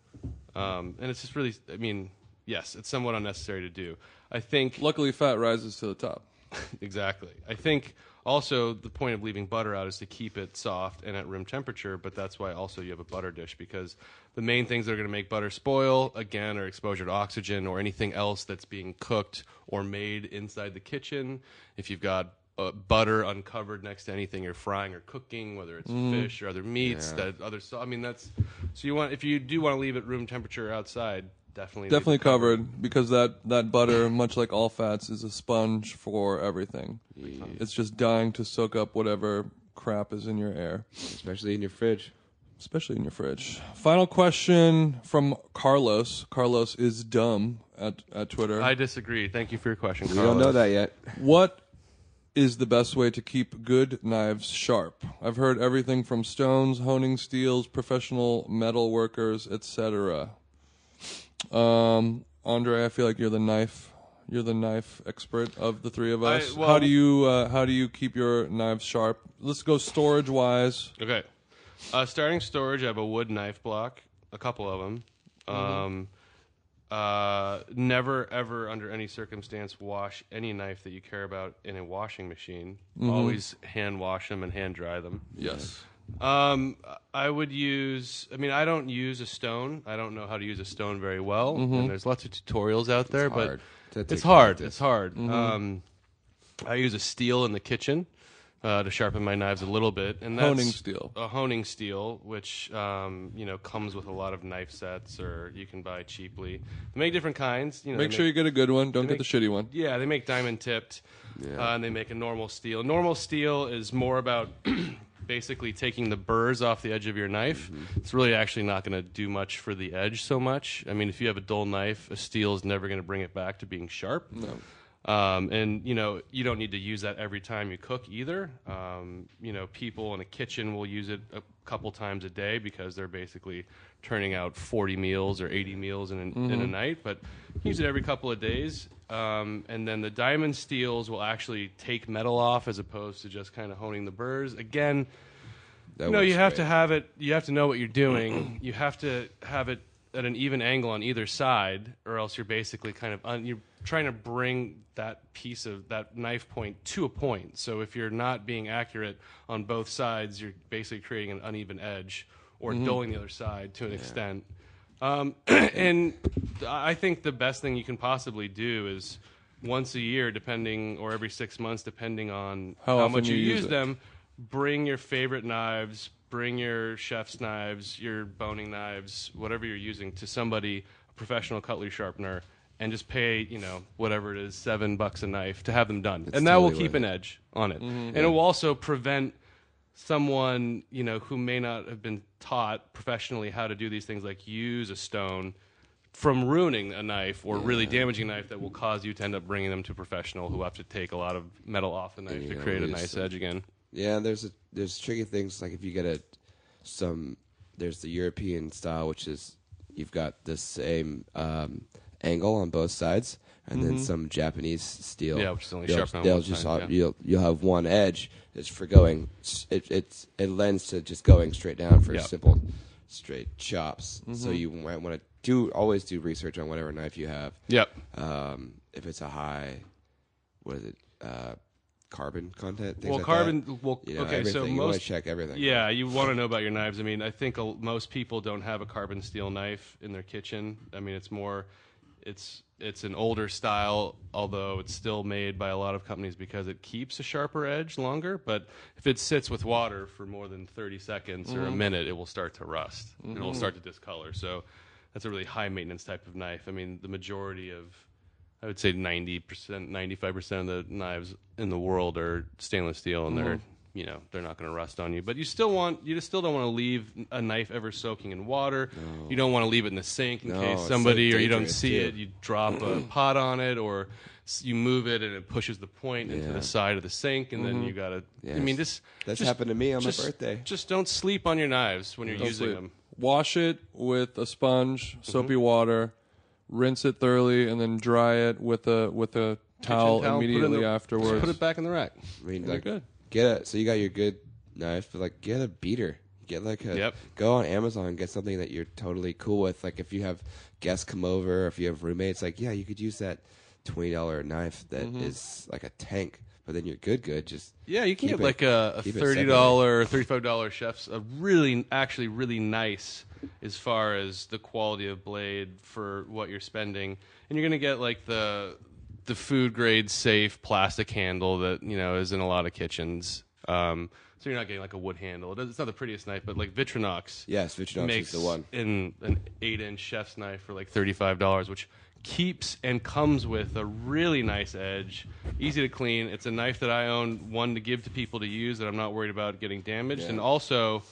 [SPEAKER 4] Um, and it's just really, I mean, yes, it's somewhat unnecessary to do. I think
[SPEAKER 3] Luckily, fat rises to the top.
[SPEAKER 4] Exactly. I think also the point of leaving butter out is to keep it soft and at room temperature, but that's why also you have a butter dish because the main things that are going to make butter spoil, again, are exposure to oxygen or anything else that's being cooked or made inside the kitchen. If you've got uh, butter uncovered next to anything you're frying or cooking, whether it's
[SPEAKER 5] Mm.
[SPEAKER 4] fish or other meats, that other so I mean that's so you want if you do want to leave it room temperature outside, definitely leave
[SPEAKER 3] Definitely
[SPEAKER 4] it covered.
[SPEAKER 3] covered because that that butter, much like all fats, is a sponge for everything. It's just dying to soak up whatever crap is in your air.
[SPEAKER 5] Especially in your fridge.
[SPEAKER 3] especially in your fridge. Final question from Carlos. Carlos is dumb at, at Twitter.
[SPEAKER 4] I disagree. Thank you for your question.
[SPEAKER 5] We don't know that yet.
[SPEAKER 3] what is the best way to keep good knives sharp? I've heard everything from stones, honing steels, professional metal workers, etc. Um, Andre, I feel like you're the knife. You're the knife expert of the three of
[SPEAKER 4] I-
[SPEAKER 3] us.
[SPEAKER 4] well-
[SPEAKER 3] how do you uh, how do you keep your knives sharp? Let's go storage wise.
[SPEAKER 4] Okay. Uh, starting storage, I have a wood knife block, a couple of them. Um, uh, never, ever, under any circumstance, wash any knife that you care about in a washing machine. Always hand wash them and hand dry them.
[SPEAKER 3] Yes.
[SPEAKER 4] Um, I would use. I mean, I don't use a stone. I don't know how to use a stone very well. And there's lots of tutorials out there,
[SPEAKER 5] hard to
[SPEAKER 4] but
[SPEAKER 5] take
[SPEAKER 4] it's hard.
[SPEAKER 5] practice.
[SPEAKER 4] It's hard. Um, I use a steel in the kitchen uh, to sharpen my knives a little bit, and that's
[SPEAKER 3] Honing steel.
[SPEAKER 4] A honing steel, which um, you know comes with a lot of knife sets, or you can buy cheaply. They make different kinds. You know,
[SPEAKER 3] Make
[SPEAKER 4] they
[SPEAKER 3] sure you
[SPEAKER 4] make-
[SPEAKER 3] get a good one. Don't get
[SPEAKER 4] make-
[SPEAKER 3] the shitty one.
[SPEAKER 4] yeah, they make diamond tipped, uh, and they make a normal steel. Normal steel is more about basically taking the burrs off the edge of your knife. It's really actually not going to do much for the edge so much. I mean, if you have a dull knife, a steel is never going to bring it back to being sharp. No. Um, and you know you don't need to use that every time you cook either. Um, you know people in a kitchen will use it a couple times a day because they're basically turning out 40 meals or 80 meals in, an, in a night. But use it every couple of days. Um, and then the diamond steels will actually take metal off as opposed to just kind of honing the burrs. Again,
[SPEAKER 5] That
[SPEAKER 4] no, you
[SPEAKER 5] works
[SPEAKER 4] have to
[SPEAKER 5] great.
[SPEAKER 4] have it. You have to know what you're doing. you have to have it at an even angle on either side, or else you're basically kind of un, you're trying to bring that piece of that knife point to a point. So if you're not being accurate on both sides, you're basically creating an uneven edge or dulling the other side to an extent. Um, and I think the best thing you can possibly do is once a year, depending, or every six months, depending on
[SPEAKER 3] How often
[SPEAKER 4] much
[SPEAKER 3] you
[SPEAKER 4] you,
[SPEAKER 3] use
[SPEAKER 4] use
[SPEAKER 3] it.
[SPEAKER 4] them, bring your favorite knives, bring your chef's knives, your boning knives, whatever you're using to somebody, a professional cutlery sharpener, and just pay, you know, whatever it is, seven bucks a knife to have them done. and that will
[SPEAKER 5] totally
[SPEAKER 4] keep
[SPEAKER 5] worth
[SPEAKER 4] an edge on it.
[SPEAKER 5] Mm-hmm.
[SPEAKER 4] And it will also prevent someone you know who may not have been taught professionally how to do these things like use a stone from ruining a knife or really damaging a knife that will cause you to end up bringing them to a professional who have to take a lot of metal off the knife
[SPEAKER 5] you
[SPEAKER 4] to
[SPEAKER 5] gotta
[SPEAKER 4] create a
[SPEAKER 5] lose
[SPEAKER 4] nice
[SPEAKER 5] it.
[SPEAKER 4] edge again
[SPEAKER 5] Yeah, there's a, there's tricky things like if you get a some there's the European style which is you've got the same um, angle on both sides, and then some Japanese steel.
[SPEAKER 4] Mm-hmm. Yeah, which is only
[SPEAKER 5] they'll-
[SPEAKER 4] sharp on
[SPEAKER 5] they'll
[SPEAKER 4] one
[SPEAKER 5] just
[SPEAKER 4] side,
[SPEAKER 5] have-
[SPEAKER 4] yeah.
[SPEAKER 5] you'll you'll have one edge. It's for going. s- It it's it lends to just going straight down for
[SPEAKER 4] Yeah. Mm-hmm.
[SPEAKER 5] simple straight chops. So you might want to do always do research on whatever knife you have
[SPEAKER 4] yep
[SPEAKER 5] um, if it's a high, what is it, uh, carbon content. Things
[SPEAKER 4] well,
[SPEAKER 5] like
[SPEAKER 4] carbon.
[SPEAKER 5] That.
[SPEAKER 4] Well,
[SPEAKER 5] You know,
[SPEAKER 4] okay, so
[SPEAKER 5] everything. you want to
[SPEAKER 4] most
[SPEAKER 5] check everything.
[SPEAKER 4] Yeah, you want to know about your knives. I mean, I think a, most people don't have a carbon steel knife in their kitchen. I mean, it's more, it's it's an older style, although it's still made by a lot of companies because it keeps a sharper edge longer. But if it sits with water for more than thirty seconds or a minute, it will start to rust. and It will start to discolor. So that's a really high maintenance type of knife. I mean, the majority of I would say ninety percent, ninety-five percent of the knives in the world are stainless steel, and they're
[SPEAKER 5] Mm-hmm.
[SPEAKER 4] you know they're not going to rust on you. But you still want you just still don't want to leave a knife ever soaking in water. You don't want to leave it in the sink in
[SPEAKER 5] No, it's
[SPEAKER 4] case
[SPEAKER 5] so
[SPEAKER 4] somebody or you don't
[SPEAKER 5] dangerous,
[SPEAKER 4] see
[SPEAKER 5] too. Mm-hmm.
[SPEAKER 4] it. You drop a pot on it, or s- you move it and it pushes the point into
[SPEAKER 5] Yeah. Mm-hmm.
[SPEAKER 4] the side of the sink, and then you got to. I mean, just
[SPEAKER 5] That's
[SPEAKER 4] just-
[SPEAKER 5] happened to me on my
[SPEAKER 4] just-
[SPEAKER 5] birthday.
[SPEAKER 4] Just don't sleep on your knives when you're using
[SPEAKER 3] Sleep.
[SPEAKER 4] them.
[SPEAKER 3] Wash it with a sponge, soapy
[SPEAKER 4] Mm-hmm.
[SPEAKER 3] water, rinse it thoroughly, and then dry it with a with a towel,
[SPEAKER 4] Kitchen towel, put it in
[SPEAKER 3] immediately
[SPEAKER 4] the-
[SPEAKER 3] afterwards.
[SPEAKER 4] Put it back in the rack.
[SPEAKER 5] I mean,
[SPEAKER 3] You're
[SPEAKER 5] like,
[SPEAKER 3] good.
[SPEAKER 5] get a so you got your good knife, but like get a beater. Get like a
[SPEAKER 4] Yep.
[SPEAKER 5] go on Amazon and get something that you're totally cool with. Like if you have guests come over, if you have roommates, like yeah, you could use that twenty dollar knife that is like a tank. But then you're good, good. Just
[SPEAKER 4] Mm-hmm. Yeah, you can
[SPEAKER 5] keep
[SPEAKER 4] get
[SPEAKER 5] it-
[SPEAKER 4] like uh, a, a
[SPEAKER 5] keep it
[SPEAKER 4] thirty
[SPEAKER 5] separate.
[SPEAKER 4] dollar, thirty five dollar chef's a really actually really nice as far as the quality of blade for what you're spending, and you're gonna get like the the food grade safe plastic handle that you know is in a lot of kitchens. Um, so you're not getting like a wood handle. It does- It's not the prettiest knife, but like Vitrinox
[SPEAKER 5] Yes, Vitrinox
[SPEAKER 4] makes
[SPEAKER 5] is the one.
[SPEAKER 4] in an eight inch chef's knife for like thirty five dollars, which keeps and comes with a really nice edge, easy to clean. It's a knife that I own, one to give to people to use that I'm not worried about getting damaged, and also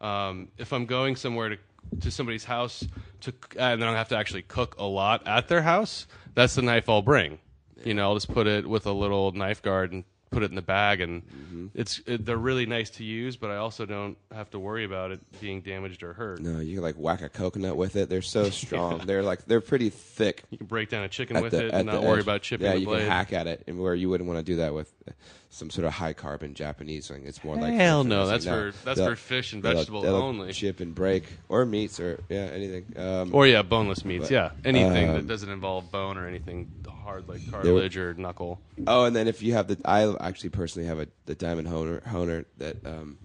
[SPEAKER 4] um, if I'm going somewhere to to somebody's house to c- and then I have to actually cook a lot at their house, that's the knife I'll bring. You know, I'll just put it with a little knife guard and put it in the bag and it's it, they're really nice to use but i also don't have to worry about it being damaged or hurt
[SPEAKER 5] No, you can like whack a coconut with it. They're so strong. They're like they're pretty thick.
[SPEAKER 4] You can break down a chicken
[SPEAKER 5] at
[SPEAKER 4] with
[SPEAKER 5] the-
[SPEAKER 4] it
[SPEAKER 5] at
[SPEAKER 4] and
[SPEAKER 5] the
[SPEAKER 4] not worry
[SPEAKER 5] edge.
[SPEAKER 4] about chipping
[SPEAKER 5] Yeah,
[SPEAKER 4] the
[SPEAKER 5] you
[SPEAKER 4] blade.
[SPEAKER 5] can hack at it, and where you wouldn't want to do that with uh, some sort of high carbon Japanese thing. It's more like
[SPEAKER 4] Hell
[SPEAKER 5] fish or
[SPEAKER 4] no,
[SPEAKER 5] something.
[SPEAKER 4] that's for- that's
[SPEAKER 5] they'll-
[SPEAKER 4] for fish and
[SPEAKER 5] they'll-
[SPEAKER 4] vegetable
[SPEAKER 5] they'll
[SPEAKER 4] only.
[SPEAKER 5] Chip and break or meats or yeah anything. Um,
[SPEAKER 4] Or yeah, boneless meats.
[SPEAKER 5] But,
[SPEAKER 4] yeah, anything
[SPEAKER 5] um,
[SPEAKER 4] that doesn't involve bone or anything hard like cartilage or knuckle.
[SPEAKER 5] oh, and then if you have the, I actually personally have a the diamond honer honer that um,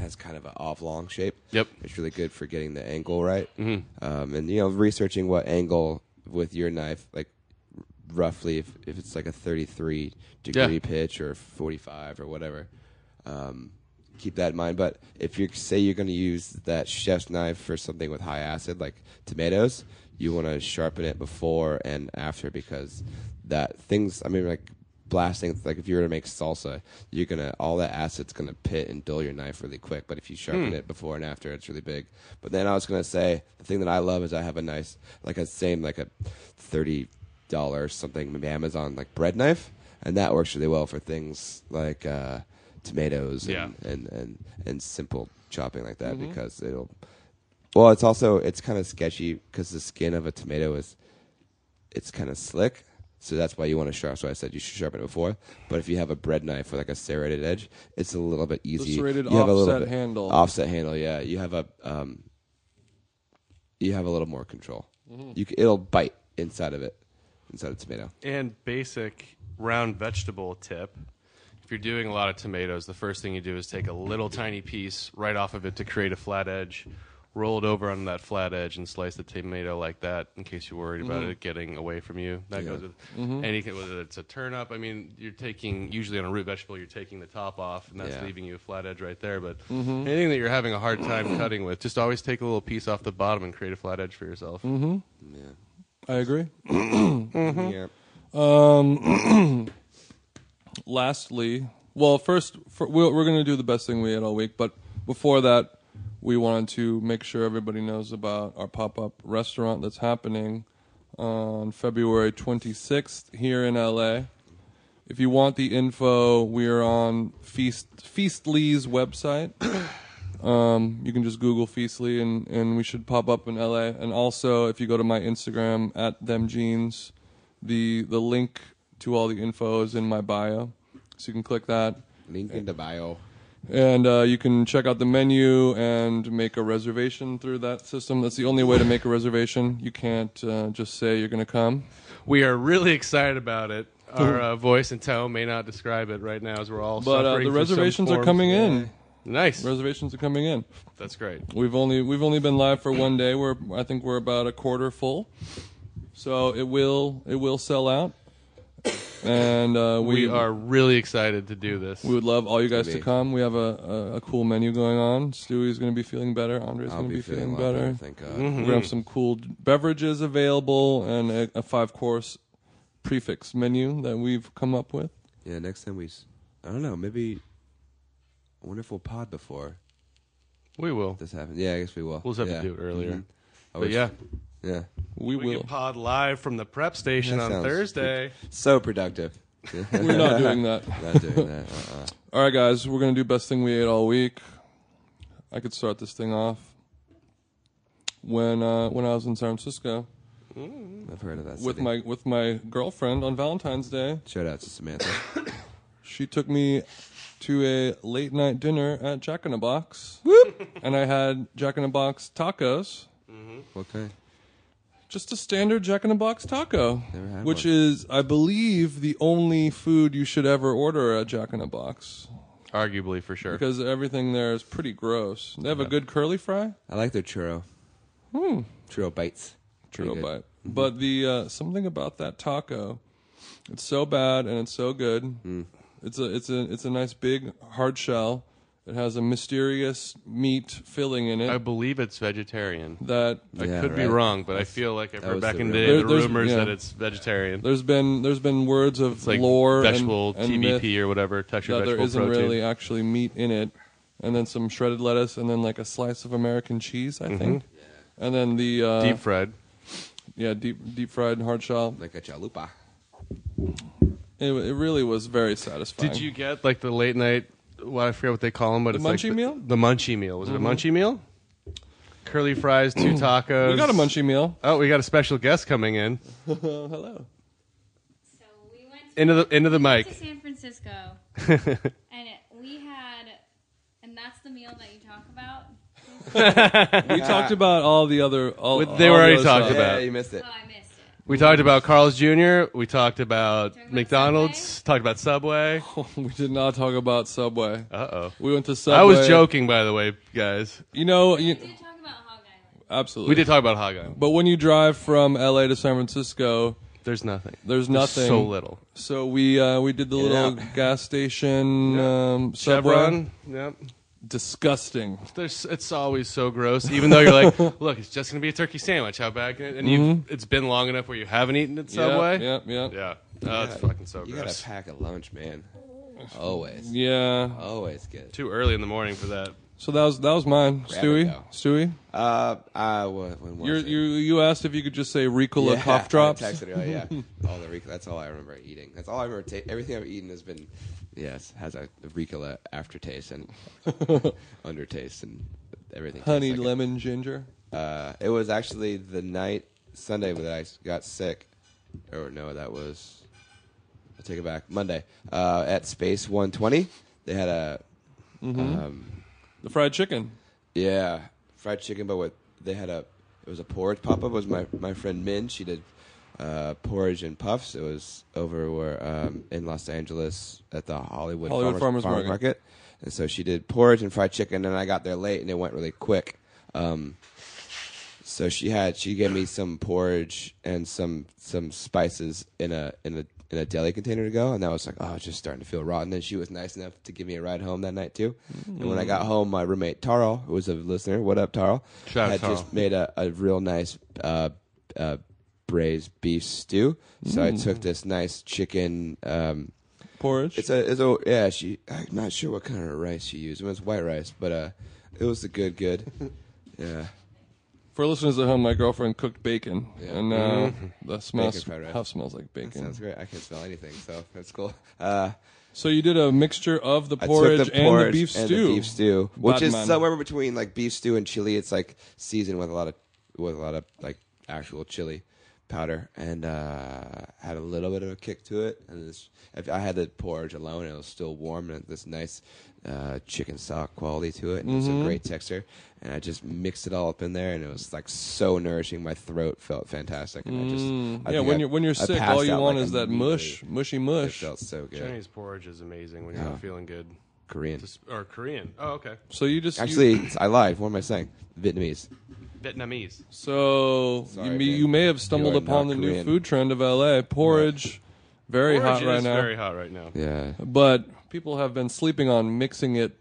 [SPEAKER 5] has kind of an oblong shape.
[SPEAKER 4] Yep.
[SPEAKER 5] it's really good for getting the angle right. Um, and you know, researching what angle with your knife like. Roughly, if, if it's like a 33 degree pitch or 45 or whatever, keep that in mind. But if you say you're going to use that chef's knife for something with high acid, like tomatoes, you want to sharpen it before and after because that things. I mean, like blasting. Like if you were to make salsa, you're gonna all that acid's gonna pit and dull your knife really quick. But if you sharpen it before and after, it's really big. But then I was gonna say the thing that I love is I have a nice, like a same like a thirty dollar something maybe Amazon like bread knife. And that works really well for things like uh, tomatoes and,
[SPEAKER 4] Yeah.
[SPEAKER 5] and, and, and simple chopping like that
[SPEAKER 3] Mm-hmm.
[SPEAKER 5] because it'll well it's also it's kind of sketchy because the skin of a tomato is it's kind of slick so that's why you want to sharpen so i said you should sharpen it before but if you have a bread knife with like a serrated edge it's a little bit easy
[SPEAKER 3] serrated
[SPEAKER 5] you have a little
[SPEAKER 3] offset
[SPEAKER 5] bit,
[SPEAKER 3] handle.
[SPEAKER 5] offset handle yeah you have a um, you have a little more control
[SPEAKER 3] Mm-hmm.
[SPEAKER 5] you c- it'll bite inside of it inside of tomato
[SPEAKER 4] And basic round vegetable tip. If you're doing a lot of tomatoes, the first thing you do is take a little tiny piece right off of it to create a flat edge, roll it over on that flat edge, and slice the tomato like that in case you're worried about it getting away from you. That goes with anything, whether it's a turnip. I mean, you're taking, usually on a root vegetable, you're taking the top off, and that's
[SPEAKER 5] Yeah.
[SPEAKER 4] leaving you a flat edge right there. But anything that you're having a hard time cutting with, just always take a little piece off the bottom and create a flat edge for yourself.
[SPEAKER 3] I agree. Mm-hmm.
[SPEAKER 5] yeah
[SPEAKER 3] Lastly, well, first for, we're, we're going to do the best thing we had all week, but before that, we wanted to make sure everybody knows about our pop up restaurant that's happening on February 26th here in LA. If you want the info, we are on Feast Feastly's website. Um, you can just Google Feastly, and, and we should pop up in LA. And also, if you go to my Instagram at them jeans, the the link to all the info is in my bio, so you can click that,
[SPEAKER 5] link in the bio
[SPEAKER 3] and uh, you can check out the menu and make a reservation through that system. That's the only way to make a reservation. You can't uh, just say you're going to come.
[SPEAKER 4] We are really excited about it. our uh, voice and tone may not describe it right now as we're all.
[SPEAKER 3] But uh,
[SPEAKER 4] suffering
[SPEAKER 3] the
[SPEAKER 4] from some
[SPEAKER 3] reservations are
[SPEAKER 4] forms-
[SPEAKER 3] coming in.
[SPEAKER 4] Nice.
[SPEAKER 3] Reservations are coming in.
[SPEAKER 4] That's great.
[SPEAKER 3] We've only we've only been live for one day. We're I think we're about a quarter full, so it will it will sell out. And uh, we,
[SPEAKER 4] We are really excited to do this.
[SPEAKER 3] we would love all you guys to
[SPEAKER 5] Amazing.
[SPEAKER 3] come. We have a, a, a cool menu going on. Stewie's going to be feeling better. Andre's
[SPEAKER 5] I'll
[SPEAKER 3] going
[SPEAKER 5] be,
[SPEAKER 3] to be
[SPEAKER 5] feeling, a
[SPEAKER 3] feeling,
[SPEAKER 5] lot better.
[SPEAKER 3] better. Mm-hmm.
[SPEAKER 5] Thank God.
[SPEAKER 3] We're going to have some cool beverages available and a, a five course prefix menu that we've come up with.
[SPEAKER 5] Yeah, next time we, s- I don't know, maybe a wonderful pod before
[SPEAKER 4] We will.
[SPEAKER 5] this happens. Yeah, I guess we will.
[SPEAKER 4] We'll just have
[SPEAKER 5] Yeah.
[SPEAKER 4] to do it earlier.
[SPEAKER 5] Mhm. I
[SPEAKER 4] But
[SPEAKER 5] wish-
[SPEAKER 4] yeah,
[SPEAKER 5] yeah.
[SPEAKER 3] We,
[SPEAKER 4] we
[SPEAKER 3] will.
[SPEAKER 4] can pod live from the prep station
[SPEAKER 5] That
[SPEAKER 4] on
[SPEAKER 5] sounds
[SPEAKER 4] Thursday.
[SPEAKER 5] So productive.
[SPEAKER 3] We're not doing that.
[SPEAKER 5] Not doing that. Uh-uh.
[SPEAKER 3] All right, guys, we're gonna do best thing we ate all week. I could start this thing off. When uh, when I was in San Francisco
[SPEAKER 5] I've heard of that.
[SPEAKER 3] with
[SPEAKER 5] city.
[SPEAKER 3] my with my girlfriend on Valentine's Day,
[SPEAKER 5] shout out to Samantha.
[SPEAKER 3] she took me to a late night dinner at Jack in the Box, and I had Jack in the Box tacos.
[SPEAKER 5] what kind?
[SPEAKER 3] Just a standard Jack in the Box taco,
[SPEAKER 5] Never had
[SPEAKER 3] which
[SPEAKER 5] one.
[SPEAKER 3] is, I believe, the only food you should ever order at Jack in the Box
[SPEAKER 4] Arguably, for sure.
[SPEAKER 3] because everything there is pretty gross. They have a good curly fry.
[SPEAKER 5] I like their churro.
[SPEAKER 4] Hmm.
[SPEAKER 5] Churro bites. Pretty
[SPEAKER 3] True
[SPEAKER 5] good. Mm-hmm.
[SPEAKER 3] bite. But the uh, something about that taco, it's so bad and it's so good.
[SPEAKER 5] Mm.
[SPEAKER 3] It's a it's a it's a nice big hard shell. It has a mysterious meat filling in it
[SPEAKER 4] I believe it's vegetarian.
[SPEAKER 3] that
[SPEAKER 5] Yeah,
[SPEAKER 4] I could be
[SPEAKER 5] right.
[SPEAKER 4] wrong, but I feel like I've
[SPEAKER 5] that
[SPEAKER 4] heard
[SPEAKER 5] was
[SPEAKER 4] back
[SPEAKER 5] the
[SPEAKER 4] in the
[SPEAKER 5] rumor.
[SPEAKER 4] day the
[SPEAKER 3] There- there's-
[SPEAKER 4] rumors
[SPEAKER 3] yeah.
[SPEAKER 4] that it's vegetarian.
[SPEAKER 3] there's been there's been words of
[SPEAKER 4] It's like
[SPEAKER 3] lore and-
[SPEAKER 4] vegetable
[SPEAKER 3] and, myth
[SPEAKER 4] TVP or whatever texture
[SPEAKER 3] that there
[SPEAKER 4] vegetable
[SPEAKER 3] isn't
[SPEAKER 4] protein.
[SPEAKER 3] really actually meat in it, and then some shredded lettuce and then like a slice of American cheese I
[SPEAKER 5] Mm-hmm.
[SPEAKER 3] think, and then the uh,
[SPEAKER 4] Deep fried.
[SPEAKER 3] yeah deep deep fried hard shell.
[SPEAKER 5] Like a chalupa.
[SPEAKER 3] It, it really was very satisfying.
[SPEAKER 4] Did you get like the late night? Well, I forget what they call them, but
[SPEAKER 3] The
[SPEAKER 4] it's like
[SPEAKER 3] munchie meal? Mm-hmm.
[SPEAKER 4] The munchie meal was it a munchie meal? Curly fries, two tacos.
[SPEAKER 3] We got a munchie meal.
[SPEAKER 4] Oh, we got a special guest coming in
[SPEAKER 3] Oh, hello.
[SPEAKER 6] So we went to,
[SPEAKER 4] into the into the
[SPEAKER 6] to
[SPEAKER 4] mic.
[SPEAKER 6] San Francisco, and it, we had, and that's the meal that you talk about.
[SPEAKER 3] We talked about all the other. All,
[SPEAKER 4] With- Ah. they
[SPEAKER 3] all
[SPEAKER 4] were
[SPEAKER 3] the
[SPEAKER 4] already
[SPEAKER 3] other
[SPEAKER 4] talking
[SPEAKER 3] stuff.
[SPEAKER 4] about-
[SPEAKER 5] Yeah,
[SPEAKER 4] it.
[SPEAKER 5] you missed it.
[SPEAKER 6] Oh, I missed it.
[SPEAKER 4] We talked about Carl's Jr. We talked about
[SPEAKER 6] Talking about
[SPEAKER 4] McDonald's. Talked about Subway.
[SPEAKER 3] we did not talk about Subway.
[SPEAKER 4] Uh oh.
[SPEAKER 3] We went to Subway.
[SPEAKER 4] I was joking, by the way, guys.
[SPEAKER 3] You know, you,
[SPEAKER 6] We did talk about Hog Island.
[SPEAKER 3] absolutely.
[SPEAKER 4] We did talk about Hog Island.
[SPEAKER 3] But when you drive from LA to San Francisco,
[SPEAKER 4] There's nothing.
[SPEAKER 3] there's nothing.
[SPEAKER 4] So little.
[SPEAKER 3] So we uh, we did the little
[SPEAKER 5] out.
[SPEAKER 3] gas station um, Subway.
[SPEAKER 4] Chevron. Yep.
[SPEAKER 3] Disgusting.
[SPEAKER 4] There's, it's always so gross. Even though you're like, look, it's just gonna be a turkey sandwich. How bad can it? And you've, it's been long enough where you haven't eaten at Subway.
[SPEAKER 3] Mm-hmm. Yep. Yep. yep.
[SPEAKER 4] Yeah. Oh, it's fucking so
[SPEAKER 5] You
[SPEAKER 4] gross.
[SPEAKER 5] gotta pack a lunch, man. Always.
[SPEAKER 3] Yeah.
[SPEAKER 5] Always good.
[SPEAKER 4] Too early in the morning for that.
[SPEAKER 3] So that was that was mine,
[SPEAKER 5] Grab it,
[SPEAKER 3] Stewie.
[SPEAKER 5] though.
[SPEAKER 3] Stewie,
[SPEAKER 5] Uh, I wa- when was
[SPEAKER 3] you
[SPEAKER 5] it?
[SPEAKER 3] you you asked if you could just say Ricola
[SPEAKER 5] Yeah,
[SPEAKER 3] cough drops.
[SPEAKER 5] I texted her, oh, yeah. all the Ricola. That's all I remember eating. That's all I remember. Ta- everything I've eaten has been, yes, has a Ricola aftertaste and undertaste and everything. tastes
[SPEAKER 3] Honey,
[SPEAKER 5] like it.
[SPEAKER 3] lemon, ginger.
[SPEAKER 5] Uh, it was actually the night Sunday that I got sick, or no, that was I take it back Monday uh, at Space 120. They had a
[SPEAKER 3] The fried chicken.
[SPEAKER 5] yeah, fried chicken, but what they had a it was a porridge pop up. Was my my friend Min? She did uh, porridge and puffs. It was over where um, in Los Angeles at the Hollywood
[SPEAKER 3] Hollywood Farmers
[SPEAKER 5] Farmers
[SPEAKER 3] Market.
[SPEAKER 5] and so she did porridge and fried chicken. And I got there late, and it went really quick. Um, so she had she gave me some porridge and some some spices in a in a in a deli container to go, and I was like, oh, it's just starting to feel rotten. And she was nice enough to give me a ride home that night too. And when I got home, my roommate Tarl, who was a listener, what up, Tarl,
[SPEAKER 4] Shout out
[SPEAKER 5] had
[SPEAKER 4] Tarl.
[SPEAKER 5] just made a a real nice uh, uh, braised beef stew. So I took this nice chicken. Um,
[SPEAKER 3] Porridge.
[SPEAKER 5] it's a it's a yeah. She I'm not sure what kind of rice she used. It was white rice, but uh, it was the good good. yeah.
[SPEAKER 3] For listeners at home, my girlfriend cooked bacon, and uh, the smell
[SPEAKER 5] Mm-hmm. Bacon fried rice.
[SPEAKER 3] house smells like
[SPEAKER 5] That sounds
[SPEAKER 3] bacon.
[SPEAKER 5] great. I can't smell anything, so that's cool. Uh,
[SPEAKER 3] So you did a mixture of the
[SPEAKER 5] I
[SPEAKER 3] porridge,
[SPEAKER 5] took the porridge
[SPEAKER 3] and the beef
[SPEAKER 5] and
[SPEAKER 3] stew.
[SPEAKER 5] beef stew, which is
[SPEAKER 3] Batman.
[SPEAKER 5] somewhere between like beef stew and chili. It's like seasoned with a lot of with a lot of like actual chili powder, and uh, had a little bit of a kick to it. And this, if I had the porridge alone, it was still warm and this nice uh, chicken stock quality to it, and it's
[SPEAKER 3] Mm-hmm.
[SPEAKER 5] a great texture. And I just mixed it all up in there, and it was like so nourishing. My throat felt fantastic, and I just I
[SPEAKER 3] Mm. yeah,
[SPEAKER 5] think
[SPEAKER 3] when
[SPEAKER 5] I-
[SPEAKER 3] you're when you're
[SPEAKER 5] I
[SPEAKER 3] sick,
[SPEAKER 5] passed
[SPEAKER 3] all you
[SPEAKER 5] out,
[SPEAKER 3] want
[SPEAKER 5] like,
[SPEAKER 3] is that
[SPEAKER 5] immediately.
[SPEAKER 3] mush, mushy
[SPEAKER 5] It
[SPEAKER 3] mush.
[SPEAKER 5] felt so good.
[SPEAKER 4] Chinese porridge is amazing when you're
[SPEAKER 5] Yeah.
[SPEAKER 4] not feeling good.
[SPEAKER 5] Korean.
[SPEAKER 4] Just- or Korean. Oh, okay.
[SPEAKER 3] So you just you-
[SPEAKER 5] Actually, I lied. What am I saying? Vietnamese.
[SPEAKER 4] Vietnamese.
[SPEAKER 3] so
[SPEAKER 5] Sorry,
[SPEAKER 3] you, may,
[SPEAKER 5] man.
[SPEAKER 3] you may have stumbled
[SPEAKER 5] You are
[SPEAKER 3] upon the
[SPEAKER 5] not
[SPEAKER 3] new
[SPEAKER 5] Korean.
[SPEAKER 3] food trend of L.A. Porridge, very
[SPEAKER 4] Porridge
[SPEAKER 3] hot right
[SPEAKER 4] is
[SPEAKER 3] now.
[SPEAKER 4] Very hot right now.
[SPEAKER 5] Yeah.
[SPEAKER 3] but people have been sleeping on mixing it,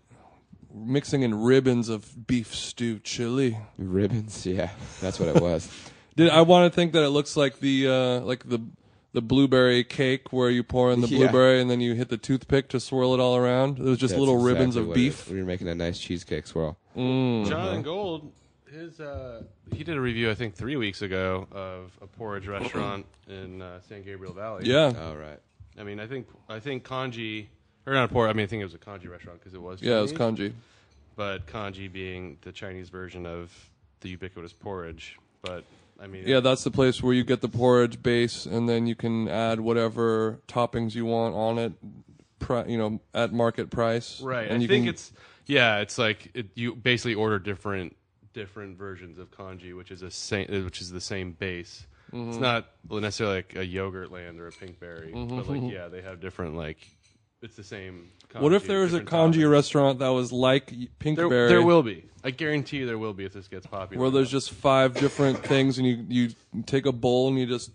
[SPEAKER 3] mixing in ribbons of beef stew chili.
[SPEAKER 5] Ribbons. Yeah. That's what it was.
[SPEAKER 3] Did I want to think that it looks like the uh, like the the blueberry cake where you pour in the
[SPEAKER 5] Yeah.
[SPEAKER 3] blueberry and then you hit the toothpick to swirl it all around? It was just
[SPEAKER 5] That's
[SPEAKER 3] little ribbons
[SPEAKER 5] exactly
[SPEAKER 3] of
[SPEAKER 5] what it
[SPEAKER 3] beef.
[SPEAKER 5] is. We were making a nice cheesecake swirl.
[SPEAKER 3] Mm-hmm.
[SPEAKER 4] Jonathan Gold, his uh, he did a review I think three weeks ago of a porridge restaurant in uh, San Gabriel Valley.
[SPEAKER 3] Yeah,
[SPEAKER 5] All right.
[SPEAKER 4] I mean, I think I think kanji or not a porridge. I mean, I think it was a kanji restaurant because it was
[SPEAKER 3] yeah, it was
[SPEAKER 4] Chinese,
[SPEAKER 3] congee.
[SPEAKER 4] But kanji being the Chinese version of the ubiquitous porridge. But I mean,
[SPEAKER 3] Yeah, that's the place where you get the porridge base, and then you can add whatever toppings you want on it, pri- you know, at market price.
[SPEAKER 4] right.
[SPEAKER 3] And
[SPEAKER 4] I
[SPEAKER 3] you
[SPEAKER 4] think
[SPEAKER 3] can-
[SPEAKER 4] it's yeah, it's like it, you basically order different different versions of kanji, which is a same uh, which is the same base.
[SPEAKER 3] Mm-hmm.
[SPEAKER 4] It's not necessarily like a yogurt land or a pink berry, but like yeah, they have different like it's the same. Kanji,
[SPEAKER 3] What if there was a
[SPEAKER 4] different
[SPEAKER 3] congee
[SPEAKER 4] toppings.
[SPEAKER 3] restaurant that was like y-
[SPEAKER 4] There,
[SPEAKER 3] Pinkberry,
[SPEAKER 4] there will be. I guarantee there will be if this gets popular.
[SPEAKER 3] where there's just five different things, and you you take a bowl and you just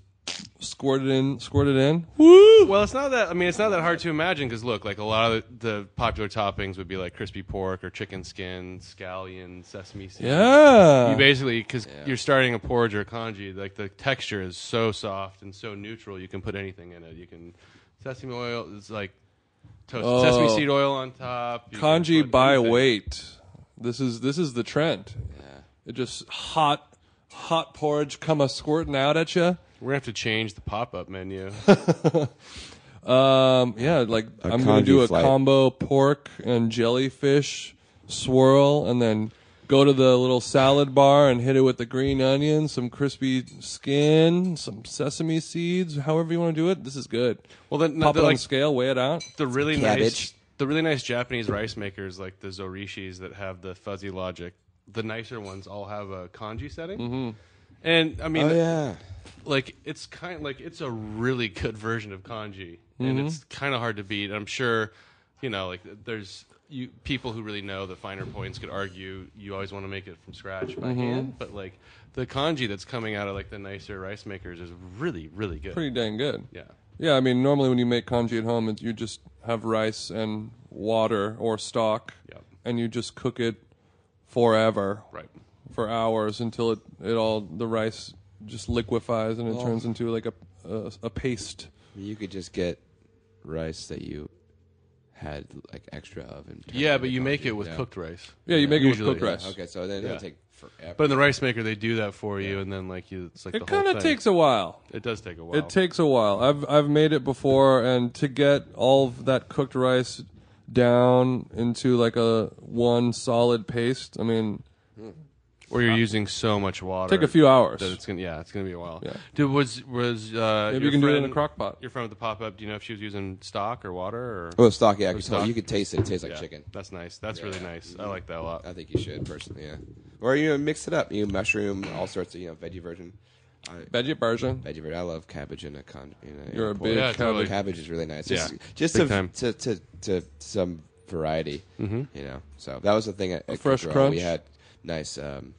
[SPEAKER 3] squirt it in, squirt it in.
[SPEAKER 4] Well, it's not that. I mean, it's not that hard to imagine because look, like a lot of the, the popular toppings would be like crispy pork or chicken skin, scallion, sesame seeds.
[SPEAKER 3] Yeah.
[SPEAKER 4] You basically because you're starting a porridge or a congee, like the texture is so soft and so neutral, you can put anything in it. You can sesame oil is like toasted
[SPEAKER 3] Oh.
[SPEAKER 4] sesame seed oil on top. You can
[SPEAKER 3] Kanji
[SPEAKER 4] put
[SPEAKER 3] by
[SPEAKER 4] anything.
[SPEAKER 3] weight. This is this is the trend. Yeah. It just hot hot porridge come a squirting out at you.
[SPEAKER 4] We're gonna have to change the pop up menu.
[SPEAKER 3] Um, yeah, like i am I'm gonna
[SPEAKER 5] kanji
[SPEAKER 3] do a
[SPEAKER 5] flight.
[SPEAKER 3] combo pork and jellyfish swirl, and then go to the little salad bar and hit it with the green onion, some crispy skin, some sesame seeds, however you want to do it. This is good.
[SPEAKER 4] well, then
[SPEAKER 3] Pop
[SPEAKER 4] they're
[SPEAKER 3] it on
[SPEAKER 4] like
[SPEAKER 3] scale, weigh it out.
[SPEAKER 4] the really nice
[SPEAKER 5] Cabbage.
[SPEAKER 4] the really nice Japanese rice makers like the Zorishis that have the fuzzy logic. The nicer ones all have a kanji setting. Mm-hmm. And I mean,
[SPEAKER 5] Oh yeah.
[SPEAKER 4] like it's kind like it's a really good version of kanji, and
[SPEAKER 5] Mm-hmm.
[SPEAKER 4] it's kind of hard to beat. I'm sure, you know, like there's you people who really know the finer points could argue you always want to make it from scratch
[SPEAKER 5] Mm-hmm.
[SPEAKER 4] by hand, but like the kanji that's coming out of like the nicer rice makers is really really good.
[SPEAKER 3] Pretty dang good.
[SPEAKER 4] yeah.
[SPEAKER 3] Yeah, I mean, normally when you make congee at home, it- you just have rice and water or stock,
[SPEAKER 4] Yep.
[SPEAKER 3] and you just cook it forever,
[SPEAKER 4] Right.
[SPEAKER 3] for hours until it, it all the rice just liquefies and it
[SPEAKER 4] Oh.
[SPEAKER 3] turns into like a, a a paste.
[SPEAKER 5] You could just get rice that you had like extra of and turn
[SPEAKER 4] Yeah,
[SPEAKER 5] into
[SPEAKER 4] but you make
[SPEAKER 5] kanji.
[SPEAKER 4] it with
[SPEAKER 5] Yeah.
[SPEAKER 4] cooked rice.
[SPEAKER 3] Yeah, you make it
[SPEAKER 4] Usually,
[SPEAKER 3] with cooked rice.
[SPEAKER 5] Okay, so then
[SPEAKER 4] Yeah.
[SPEAKER 5] it'll take forever.
[SPEAKER 4] But in the rice maker, they do that for you, and then like you, it's like
[SPEAKER 3] It
[SPEAKER 4] the whole
[SPEAKER 3] kind of
[SPEAKER 4] thing.
[SPEAKER 3] takes a while.
[SPEAKER 4] It does take a while.
[SPEAKER 3] It takes a while. I've I've made it before, and to get all of that cooked rice down into like a one solid paste, I mean,
[SPEAKER 4] or you're using so much water.
[SPEAKER 3] take a few hours.
[SPEAKER 4] That it's gonna yeah, it's gonna be a while.
[SPEAKER 3] Yeah.
[SPEAKER 4] Dude, was was uh,
[SPEAKER 3] Maybe
[SPEAKER 4] your
[SPEAKER 3] you can do it in a
[SPEAKER 4] friend-
[SPEAKER 3] crock pot.
[SPEAKER 4] Your friend with the pop up. Do you know if she was using stock or water or?
[SPEAKER 5] oh, stock. Yeah, I could
[SPEAKER 4] stock.
[SPEAKER 5] tell- you could taste it. It tastes like
[SPEAKER 4] Yeah,
[SPEAKER 5] chicken.
[SPEAKER 4] That's nice. That's really
[SPEAKER 5] Yeah.
[SPEAKER 4] nice. I like that a lot.
[SPEAKER 5] I think you should personally. Yeah, or you know, mix it up. You mushroom, all sorts of you know veggie version. I,
[SPEAKER 3] Veggie version.
[SPEAKER 5] veggie version. I love cabbage in a con. In a, in
[SPEAKER 3] You're a
[SPEAKER 5] porridge.
[SPEAKER 3] big
[SPEAKER 4] Yeah, totally.
[SPEAKER 5] Cabbage is really nice. Just,
[SPEAKER 4] Yeah.
[SPEAKER 5] just
[SPEAKER 4] Big
[SPEAKER 5] to,
[SPEAKER 4] time.
[SPEAKER 5] to to to some variety. You know, so that was the thing. At, at
[SPEAKER 3] fresh
[SPEAKER 5] Cook Roll.
[SPEAKER 3] crunch.
[SPEAKER 5] We had nice um,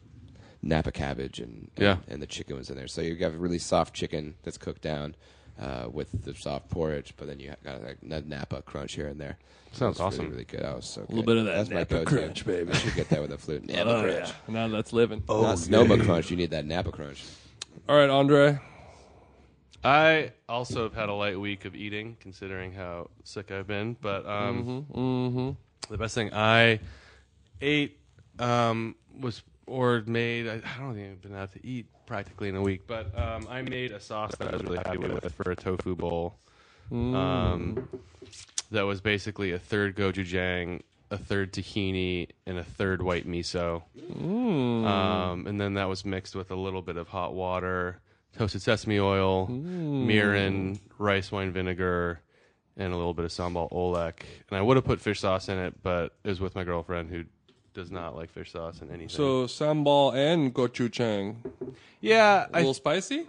[SPEAKER 5] Napa cabbage and, and
[SPEAKER 4] Yeah.
[SPEAKER 5] and the chicken was in there. So you got really soft chicken that's cooked down. Uh, with the soft porridge, but then you got like na- Napa crunch here and there.
[SPEAKER 4] Sounds
[SPEAKER 5] It was
[SPEAKER 4] awesome.
[SPEAKER 5] Really, really good. That was so good. A
[SPEAKER 3] little bit of that
[SPEAKER 5] That's my
[SPEAKER 3] Napa
[SPEAKER 5] go-to.
[SPEAKER 3] crunch, baby.
[SPEAKER 5] I should get that with a flute. Napa crunch.
[SPEAKER 3] Now that's living.
[SPEAKER 5] Not
[SPEAKER 3] Oh,
[SPEAKER 5] Sonoma crunch. You need that Napa crunch.
[SPEAKER 3] All right, Andre.
[SPEAKER 4] I also have had a light week of eating, considering how sick I've been. But um, the best thing I ate um, was or made. I, I don't think I've been out to eat practically in a week, but um, I made a sauce that I was really happy with for a tofu bowl. Um, that was basically a third gochujang, a third tahini, and a third white miso. Um, and then that was mixed with a little bit of hot water, toasted sesame oil, mirin, rice wine vinegar, and a little bit of sambal olek. And I would have put fish sauce in it, but it was with my girlfriend who does not like fish sauce in anything.
[SPEAKER 3] So sambal and gochujang.
[SPEAKER 4] yeah,
[SPEAKER 3] A
[SPEAKER 4] I,
[SPEAKER 3] little spicy?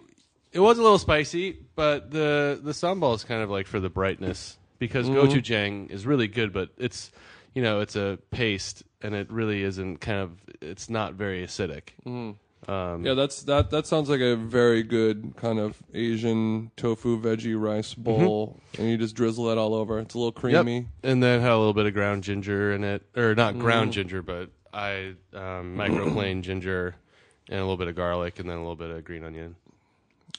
[SPEAKER 4] it was a little spicy, but the the sambal is kind of like for the brightness because
[SPEAKER 3] Mm-hmm.
[SPEAKER 4] gochujang is really good, but it's you know it's a paste and it really isn't kind of it's not very acidic.
[SPEAKER 3] Mm-hmm.
[SPEAKER 4] Um,
[SPEAKER 3] Yeah, that's that that sounds like a very good kind of Asian tofu veggie rice bowl and you just drizzle it all over. It's a little
[SPEAKER 4] Mm-hmm. Yep.
[SPEAKER 3] creamy.
[SPEAKER 4] And then had a little bit of ground ginger in it, or
[SPEAKER 3] Mm.
[SPEAKER 4] not ground ginger, but I um, microplane ginger and a little bit of garlic, and then a little bit of green onion.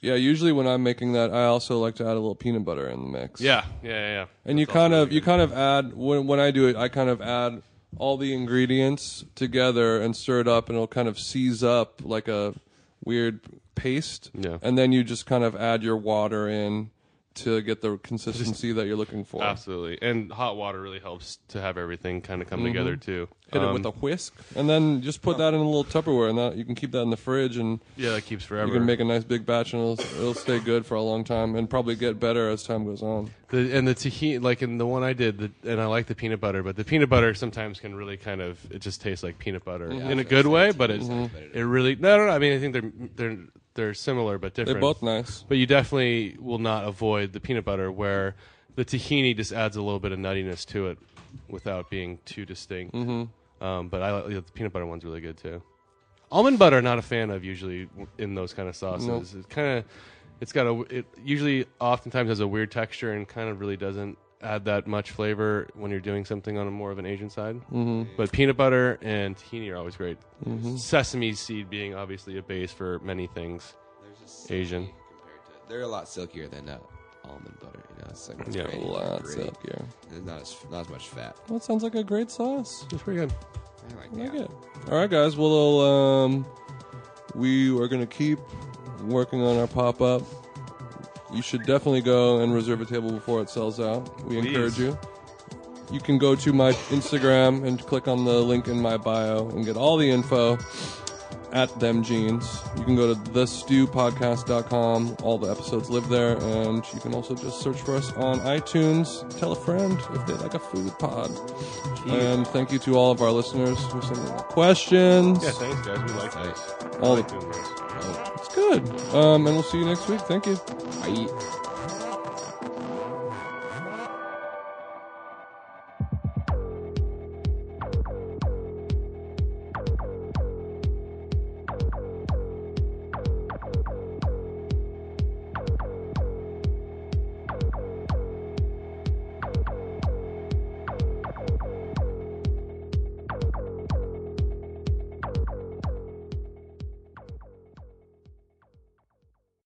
[SPEAKER 3] Yeah, usually when I'm making that, I also like to add a little peanut butter in the mix.
[SPEAKER 4] Yeah, yeah, yeah. yeah.
[SPEAKER 3] and you
[SPEAKER 4] That's also
[SPEAKER 3] kind of
[SPEAKER 4] really
[SPEAKER 3] you
[SPEAKER 4] good.
[SPEAKER 3] kind of add when when I do it, I kind of add all the ingredients together and stir it up, and it'll kind of seize up like a weird paste.
[SPEAKER 4] Yeah.
[SPEAKER 3] And then you just kind of add your water in to get the consistency that you're looking for.
[SPEAKER 4] absolutely, and hot water really helps to have everything kind of come together too.
[SPEAKER 3] Mm-hmm. Hit it
[SPEAKER 4] Um,
[SPEAKER 3] with a whisk, and then just put that in a little Tupperware, and that you can keep that in the fridge, and
[SPEAKER 4] yeah, that keeps forever.
[SPEAKER 3] you can make a nice big batch, and it'll, it'll stay good for a long time, and probably get better as time goes on.
[SPEAKER 4] The, and the tahini, like in the one I did, the, and I like the peanut butter, but the peanut butter sometimes can really kind of it just tastes like peanut butter
[SPEAKER 3] Mm-hmm.
[SPEAKER 4] in a good way, but it's it really no, no no I mean I think they're they're they're similar but different.
[SPEAKER 3] They're both nice.
[SPEAKER 4] But you definitely will not avoid the peanut butter, where the tahini just adds a little bit of nuttiness to it without being too distinct. Um, but I like the peanut butter one's really good too. Almond butter, not a fan of usually in those kind of sauces. It's kind of, it's got a, it usually oftentimes has a weird texture and kind of really doesn't add that much flavor when you're doing something on a more of an Asian side. But peanut butter and tahini are always great. Sesame seed being obviously a base for many things.
[SPEAKER 5] There's just
[SPEAKER 4] Asian.
[SPEAKER 5] compared to they're a lot silkier than uh, almond butter. You know, it's like
[SPEAKER 4] Yeah,
[SPEAKER 5] grainy,
[SPEAKER 3] Lots
[SPEAKER 5] grainy.
[SPEAKER 3] up here.
[SPEAKER 5] There's not as not as much fat.
[SPEAKER 3] That sounds like a great sauce.
[SPEAKER 4] It's pretty good.
[SPEAKER 5] I like
[SPEAKER 3] Like
[SPEAKER 5] that.
[SPEAKER 3] it. All right, guys. Well, um, we are going to keep working on our pop up. You should definitely go and reserve a table before it sells out. We
[SPEAKER 4] Please.
[SPEAKER 3] encourage you. You can go to my Instagram and click on the link in my bio and get all the info at them jeans. You can go to thestewpodcast.com. All the episodes live there. And you can also just search for us on iTunes. Tell a friend if they like a food pod. And thank you to all of our listeners who sent in questions.
[SPEAKER 4] Yeah, thanks guys. We like that.
[SPEAKER 3] All
[SPEAKER 4] I like
[SPEAKER 3] the-
[SPEAKER 4] doing this.
[SPEAKER 3] it's good. Um, and we'll see you next week. Thank you.
[SPEAKER 5] I eat.